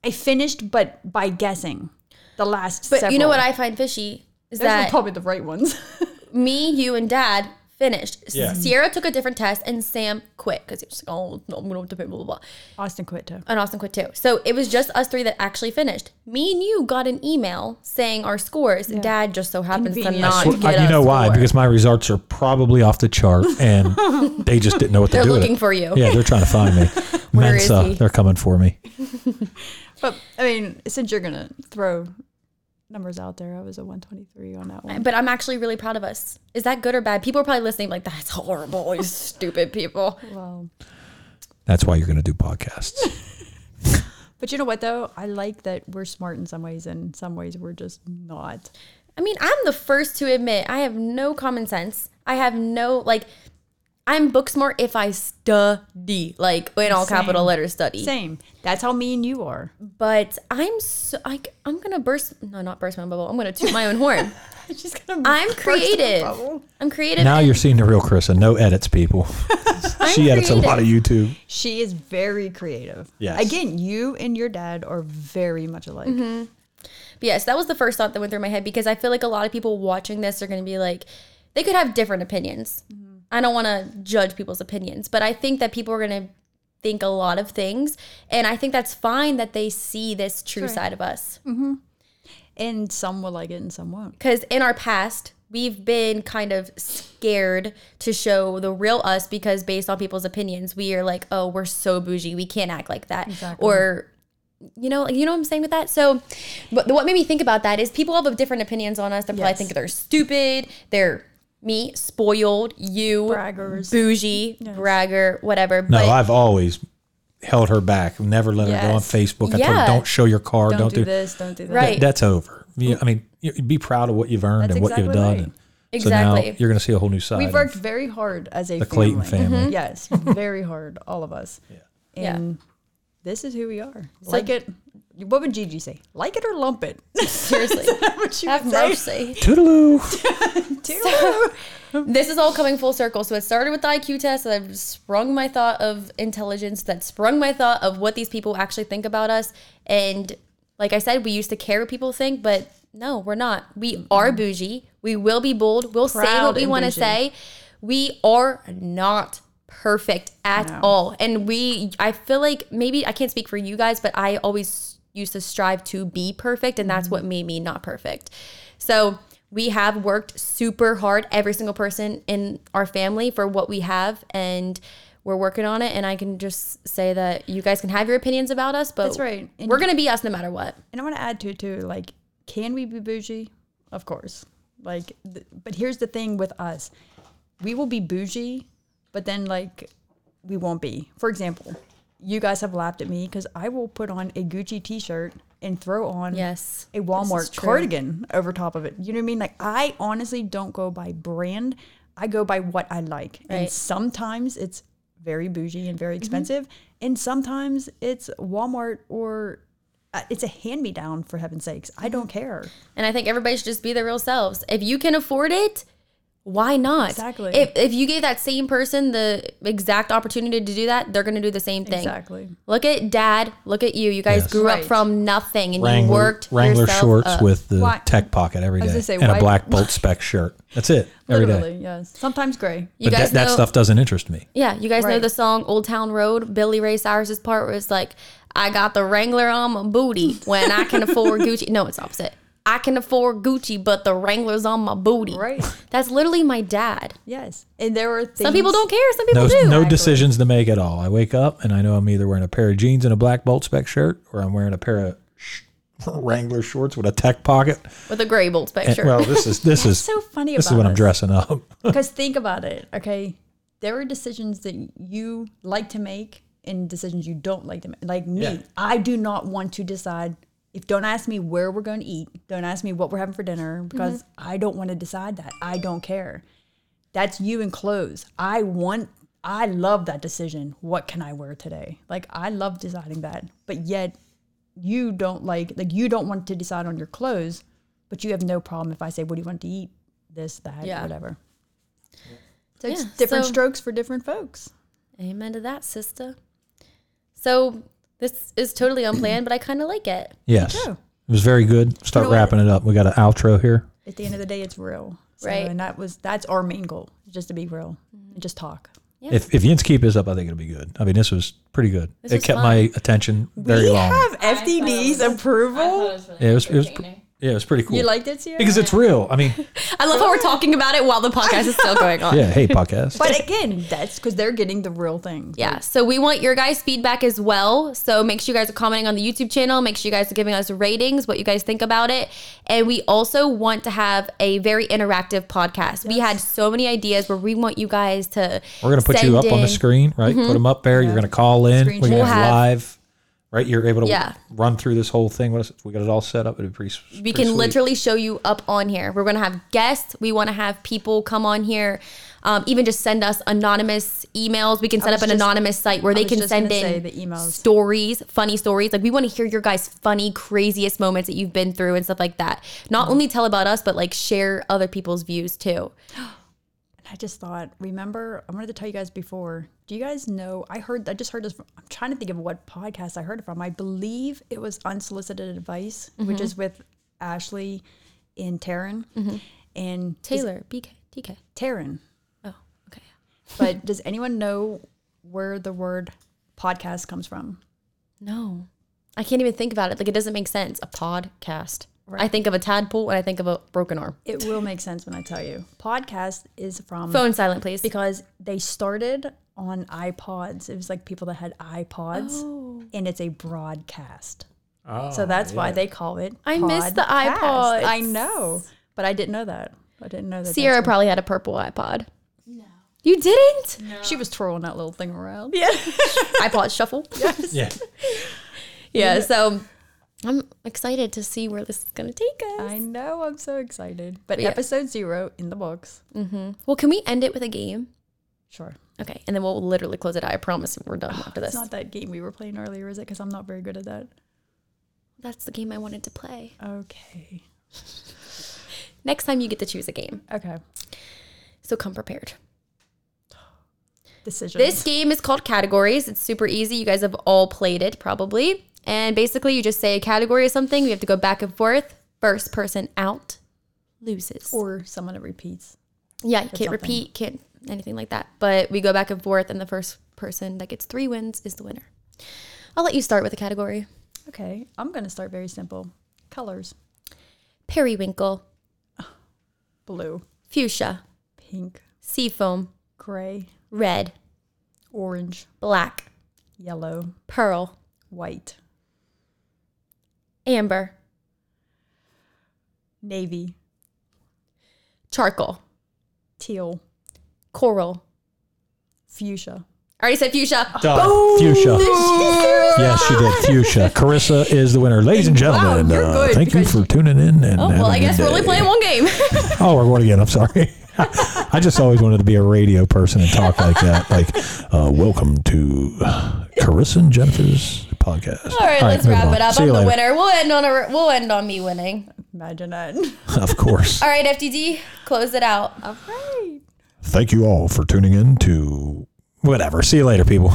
Speaker 3: I finished, but by guessing, the last.
Speaker 1: But you know
Speaker 3: several.
Speaker 1: what I find fishy is
Speaker 3: Those were
Speaker 1: that
Speaker 3: probably the right ones.
Speaker 1: me, you, and dad finished.
Speaker 4: Yeah.
Speaker 1: Sierra took a different test and Sam quit because he was like, oh, no, we don't have to pay, blah, blah, blah.
Speaker 3: Austin quit too.
Speaker 1: And Austin quit too. So it was just us three that actually finished. Me and you got an email saying our scores. Dad just so happens to
Speaker 3: Convenient.
Speaker 1: not
Speaker 4: Well,
Speaker 1: get
Speaker 4: I- you
Speaker 1: a
Speaker 4: know why?
Speaker 1: score.
Speaker 4: Because my results are probably off the chart, and they just didn't know what to
Speaker 1: They're
Speaker 4: do. with
Speaker 1: looking
Speaker 4: it.
Speaker 1: for you.
Speaker 4: Yeah, they're trying to find me.
Speaker 1: Where is
Speaker 4: Mensa,
Speaker 1: he?
Speaker 4: they're coming for me.
Speaker 3: But I mean, since you're gonna throw numbers out there, I was a one twenty three on that one.
Speaker 1: But I'm actually really proud of us. Is that good or bad? People are probably listening like, that's horrible. You stupid people.
Speaker 3: Well,
Speaker 4: That's why you're going to do podcasts.
Speaker 3: but you know what though? I like that we're smart in some ways, and in some ways we're just not.
Speaker 1: I mean, I'm the first to admit I have no common sense. I have no like. I'm book smart if I study, like in all capital
Speaker 3: Same.
Speaker 1: letters, study.
Speaker 3: Same. That's how mean you are.
Speaker 1: But I'm so I, I'm gonna burst no, not burst my own bubble. I'm gonna toot my own horn.
Speaker 3: She's gonna.
Speaker 1: I'm creative. I'm creative.
Speaker 4: now
Speaker 1: and
Speaker 4: you're seeing the real Chris, and no edits, people.
Speaker 1: I'm
Speaker 4: she edits a
Speaker 1: creative.
Speaker 4: lot of YouTube.
Speaker 3: She is very creative.
Speaker 4: Yes.
Speaker 3: Again, you and your dad are very much alike.
Speaker 1: Mm-hmm. But yes, that was the first thought that went through my head because I feel like a lot of people watching this are going to be like, they could have different opinions. I don't want to judge people's opinions, but I think that people are going to think a lot of things. And I think that's fine that they see this true side of us.
Speaker 3: And some will like it, and some won't.
Speaker 1: Because in our past, we've been kind of scared to show the real us because based on people's opinions, we are like, oh, we're so bougie. We can't act like that. Or, you know, you know what I'm saying with that? So, but what made me think about that is people have different opinions on us. They probably
Speaker 3: Yes.
Speaker 1: think they're stupid. They're me, spoiled, you,
Speaker 3: Braggers.
Speaker 1: bougie, bragger, whatever.
Speaker 4: No,
Speaker 1: but
Speaker 4: I've always held her back. Never let her go on
Speaker 3: Yes.
Speaker 4: Facebook. I told her,
Speaker 1: Yeah.
Speaker 4: don't show your car. Don't,
Speaker 3: Don't, do this. Don't do that.
Speaker 1: Right.
Speaker 4: That's over. You, I mean, you, be proud of what you've earned
Speaker 3: That's
Speaker 4: and what you've
Speaker 3: exactly
Speaker 4: done.
Speaker 3: right.
Speaker 4: And so now
Speaker 1: Exactly.
Speaker 4: you're going to see a whole new side.
Speaker 3: We've worked very hard as a
Speaker 4: The
Speaker 3: family.
Speaker 4: Clayton family. Mhm.
Speaker 3: Yes, very hard, all of us.
Speaker 1: Mm-hmm. Yeah.
Speaker 3: And this is who we are. like it. What would Gigi say? Like it or lump it?
Speaker 1: seriously,
Speaker 3: What you
Speaker 1: have
Speaker 3: would say
Speaker 1: mercy.
Speaker 4: Toodaloo.
Speaker 3: too.
Speaker 1: this is all coming full circle. So it started with the IQ test. and I've sprung my thought of intelligence, that sprung my thought of what these people actually think about us. And like I said, we used to care what people think, but no, we're not. We are bougie. We will be bold. We'll say
Speaker 3: Mm-hmm. Proud
Speaker 1: what we
Speaker 3: and
Speaker 1: want to
Speaker 3: bougie.
Speaker 1: say. We are not perfect at all. And we, I feel like maybe I can't speak for you guys, but I always used to strive to be perfect, and that's what
Speaker 3: Mm-hmm.
Speaker 1: made me not perfect. So we have worked super hard, every single person in our family, for what we have, and we're working on it. And I can just say that you guys can have your opinions about us, but
Speaker 3: That's right. And-
Speaker 1: we're gonna be us no matter what.
Speaker 3: And I want to add to it too, like, can we be bougie? Of course. Like, th- but here's the thing with us we will be bougie, but then, like, we won't be. For example, you guys have laughed at me because I will put on a Gucci t shirt and throw on
Speaker 1: Yes,
Speaker 3: a
Speaker 1: is
Speaker 3: Walmart
Speaker 1: true.
Speaker 3: cardigan over top of it. You know what I mean? Like, I honestly don't go by brand, I go by what I like.
Speaker 1: Right. Mm-hmm.
Speaker 3: And sometimes it's very bougie and very expensive, and sometimes it's Walmart or uh, it's a hand me down for heaven's sakes. I don't
Speaker 1: Mm-hmm.
Speaker 3: care.
Speaker 1: And I think everybody should just be their real selves. If you can afford it, why not?
Speaker 3: Exactly.
Speaker 1: If, if you gave that same person the exact opportunity to do that, they're going to do the same thing.
Speaker 3: Exactly.
Speaker 1: Look at dad. Look at you. You guys
Speaker 4: Yes.
Speaker 1: grew up
Speaker 3: Right.
Speaker 1: from nothing and you
Speaker 4: Wrangler,
Speaker 1: worked
Speaker 4: Wrangler
Speaker 1: yourself
Speaker 4: shorts
Speaker 1: up.
Speaker 4: with the
Speaker 3: Why-
Speaker 4: tech pocket every
Speaker 3: was
Speaker 4: day
Speaker 3: gonna say,
Speaker 4: and a
Speaker 3: why-
Speaker 4: black bolt spec shirt. That's it every day.
Speaker 3: Literally, yes. Sometimes gray.
Speaker 1: You
Speaker 4: but
Speaker 1: guys
Speaker 4: that, that
Speaker 1: know-
Speaker 4: stuff doesn't interest me.
Speaker 1: Yeah, you guys know
Speaker 3: Right.
Speaker 1: the song "Old Town Road." Billy Ray Cyrus's part where it's like, "I got the Wrangler on my booty when I can afford Gucci." No, it's opposite. I can afford Gucci, but the Wrangler's on my booty.
Speaker 3: Right.
Speaker 1: That's literally my dad.
Speaker 3: Yes. And there were things.
Speaker 1: Some people don't care. Some people
Speaker 4: No,
Speaker 1: do.
Speaker 4: no decisions to make at all. I wake up and I know I'm either wearing a pair of jeans and a black bolt spec shirt, or I'm wearing a pair of sh- Wrangler shorts with a tech pocket.
Speaker 1: with a gray bolt
Speaker 4: And-
Speaker 1: picture.
Speaker 4: Eh, Well, this is this is
Speaker 3: so funny
Speaker 4: This is
Speaker 3: about
Speaker 4: when I'm
Speaker 3: us.
Speaker 4: dressing up.
Speaker 3: Because think about it, okay? There are decisions that you like to make and decisions you don't like to make. Like me,
Speaker 4: Yeah.
Speaker 3: I do not want to decide. If don't ask me where we're going to eat, don't ask me what we're having for dinner because I don't want to decide that. I don't care. That's you and clothes. I want. I love that decision. What can I wear today? Like I love deciding that, but yet you don't like like you don't want to decide on your clothes, but you have no problem if I say, "What do you want to eat?" This, that,
Speaker 1: Yeah.
Speaker 3: whatever. So
Speaker 1: it's
Speaker 3: it's
Speaker 1: Yeah, different
Speaker 3: different
Speaker 1: so-
Speaker 3: strokes for different folks.
Speaker 1: Amen to that, sister. So this is totally unplanned, but I kind of like it.
Speaker 4: Yes,
Speaker 3: too.
Speaker 4: it was very good. Start
Speaker 1: You know what?
Speaker 4: wrapping it up. We got an outro here.
Speaker 3: At the end of the day, it's real. So,
Speaker 1: Right. Mm-hmm.
Speaker 3: And that was that's our main goal, just to be real and just talk.
Speaker 1: Yeah.
Speaker 4: If if Yins keep this up, I think it'll be good. I mean, this was pretty good.
Speaker 1: This
Speaker 4: it
Speaker 1: was
Speaker 4: kept
Speaker 1: fun.
Speaker 4: my attention very long.
Speaker 5: FDD's I thought it
Speaker 3: approval.
Speaker 5: was really
Speaker 4: yeah, it was, it was
Speaker 5: entertaining.
Speaker 4: yeah, it was pretty cool.
Speaker 3: You liked it, Sierra?
Speaker 4: because it's real. I mean,
Speaker 1: I love how we're talking about it while the podcast is still going on.
Speaker 4: yeah. Hey, podcast.
Speaker 3: but again, that's because they're getting the real thing.
Speaker 1: Yeah, so we want your guys' feedback as well. So make sure you guys are commenting on the YouTube channel. Make sure you guys are giving us ratings, what you guys think about it. And we also want to have a very interactive podcast. We had so many ideas where we want you guys to.
Speaker 4: We're gonna put
Speaker 1: send
Speaker 4: you up on the
Speaker 1: in-
Speaker 4: screen, right?
Speaker 1: Mm-hmm.
Speaker 4: Put them up there. You're gonna call in. We're
Speaker 3: Screenshot.
Speaker 4: gonna
Speaker 1: We'll
Speaker 4: have
Speaker 1: have-
Speaker 4: live. Right, you're able to
Speaker 1: Yeah.
Speaker 4: run through this whole thing. What is, we got it all set up. It'd be pretty. s-
Speaker 1: we
Speaker 4: pretty
Speaker 1: can
Speaker 4: sweet.
Speaker 1: literally show you up on here. We're gonna have guests. We want to have people come on here. Um, even just send us anonymous emails. We can set up
Speaker 3: was
Speaker 1: an
Speaker 3: just-
Speaker 1: anonymous site where they
Speaker 3: was
Speaker 1: can
Speaker 3: just
Speaker 1: send
Speaker 3: gonna say
Speaker 1: in
Speaker 3: the emails.
Speaker 1: stories, funny stories. Like we want to hear your guys' funny, craziest moments that you've been through and stuff like that. Not
Speaker 3: Mm-hmm.
Speaker 1: only tell about us, but like share other people's views too.
Speaker 3: I just thought, remember, I wanted to tell you guys before. Do you guys know? I heard, I just heard this. From, I'm trying to think of what podcast I heard it from. I believe it was Unsolicited Advice,
Speaker 1: Mm-hmm.
Speaker 3: which is with Ashley and Taryn.
Speaker 1: Mm-hmm.
Speaker 3: And
Speaker 1: Taylor, BK, TK.
Speaker 3: Taryn.
Speaker 1: Oh, okay.
Speaker 3: But does anyone know where the word podcast comes from?
Speaker 1: No, I can't even think about it. Like it doesn't make sense. A podcast. I think of a tadpole and I think of a broken arm.
Speaker 3: It will make sense when I tell you. Podcast is from
Speaker 1: Phone silent, please.
Speaker 3: Mm-hmm. because they started on iPods. It was like people that had iPods, and it's a broadcast. so that's why they call it.
Speaker 1: I miss the
Speaker 3: podcast.
Speaker 1: iPods.
Speaker 3: I know, but I didn't know that. I didn't know that. that's
Speaker 1: Sierra
Speaker 3: what-
Speaker 1: probably had a purple iPod. No. You didn't?
Speaker 3: she was twirling that little thing around. Yeah,
Speaker 1: iPod shuffle. Yeah.
Speaker 4: yeah.
Speaker 1: so I'm excited to see where this is going to take us.
Speaker 3: I know. I'm so excited. But
Speaker 1: Yeah.
Speaker 3: episode zero in the books.
Speaker 1: well, can we end it with a game?
Speaker 3: Sure.
Speaker 1: Okay. And then we'll literally close it out. I promise we're done after this.
Speaker 3: It's not that game we were playing earlier, is it? Because I'm not very good at that.
Speaker 1: That's the game I wanted to play.
Speaker 3: Okay.
Speaker 1: Next time you get to choose a game.
Speaker 3: Okay.
Speaker 1: So come prepared.
Speaker 3: Decision.
Speaker 1: This game is called Categories. It's super easy. You guys have all played it probably. And basically, you just say a category or something. You have to go back and forth. First person out loses.
Speaker 3: or someone that repeats.
Speaker 1: Yeah, you can't
Speaker 3: something.
Speaker 1: repeat, can't anything like that. But we go back and forth, and the first person that gets three wins is the winner. I'll let you start with a category.
Speaker 3: Okay, I'm gonna start very simple. Colors:
Speaker 1: Periwinkle,
Speaker 3: blue,
Speaker 1: fuchsia,
Speaker 3: pink,
Speaker 1: seafoam,
Speaker 3: gray,
Speaker 1: red,
Speaker 3: orange,
Speaker 1: black,
Speaker 3: yellow,
Speaker 1: pearl,
Speaker 3: white,
Speaker 1: amber,
Speaker 3: navy,
Speaker 1: charcoal,
Speaker 3: teal,
Speaker 1: coral.
Speaker 3: fuchsia.
Speaker 1: I already said fuchsia.
Speaker 4: Done. Fuchsia.
Speaker 1: Oh.
Speaker 4: Yes, she did. Fuchsia. Carissa is the winner. Ladies and gentlemen,
Speaker 3: you're
Speaker 4: uh,
Speaker 3: good
Speaker 4: thank you
Speaker 3: because-
Speaker 4: for tuning in. And
Speaker 1: Oh, well, I guess we're only playing one game.
Speaker 4: Oh, we're going again. I'm sorry. I just always wanted to be a radio person and talk like that. Like, uh, welcome to Carissa and Jennifer's podcast.
Speaker 1: All right, let's
Speaker 4: move
Speaker 1: wrap
Speaker 4: on.
Speaker 1: it up.
Speaker 4: See
Speaker 1: I'm
Speaker 4: you
Speaker 1: the
Speaker 4: later.
Speaker 1: winner. We'll end on a we'll end on me winning.
Speaker 3: Imagine that.
Speaker 4: Of course.
Speaker 1: All right, FTD, close it out.
Speaker 3: All right.
Speaker 4: Thank you all for tuning in to whatever. See you later, people.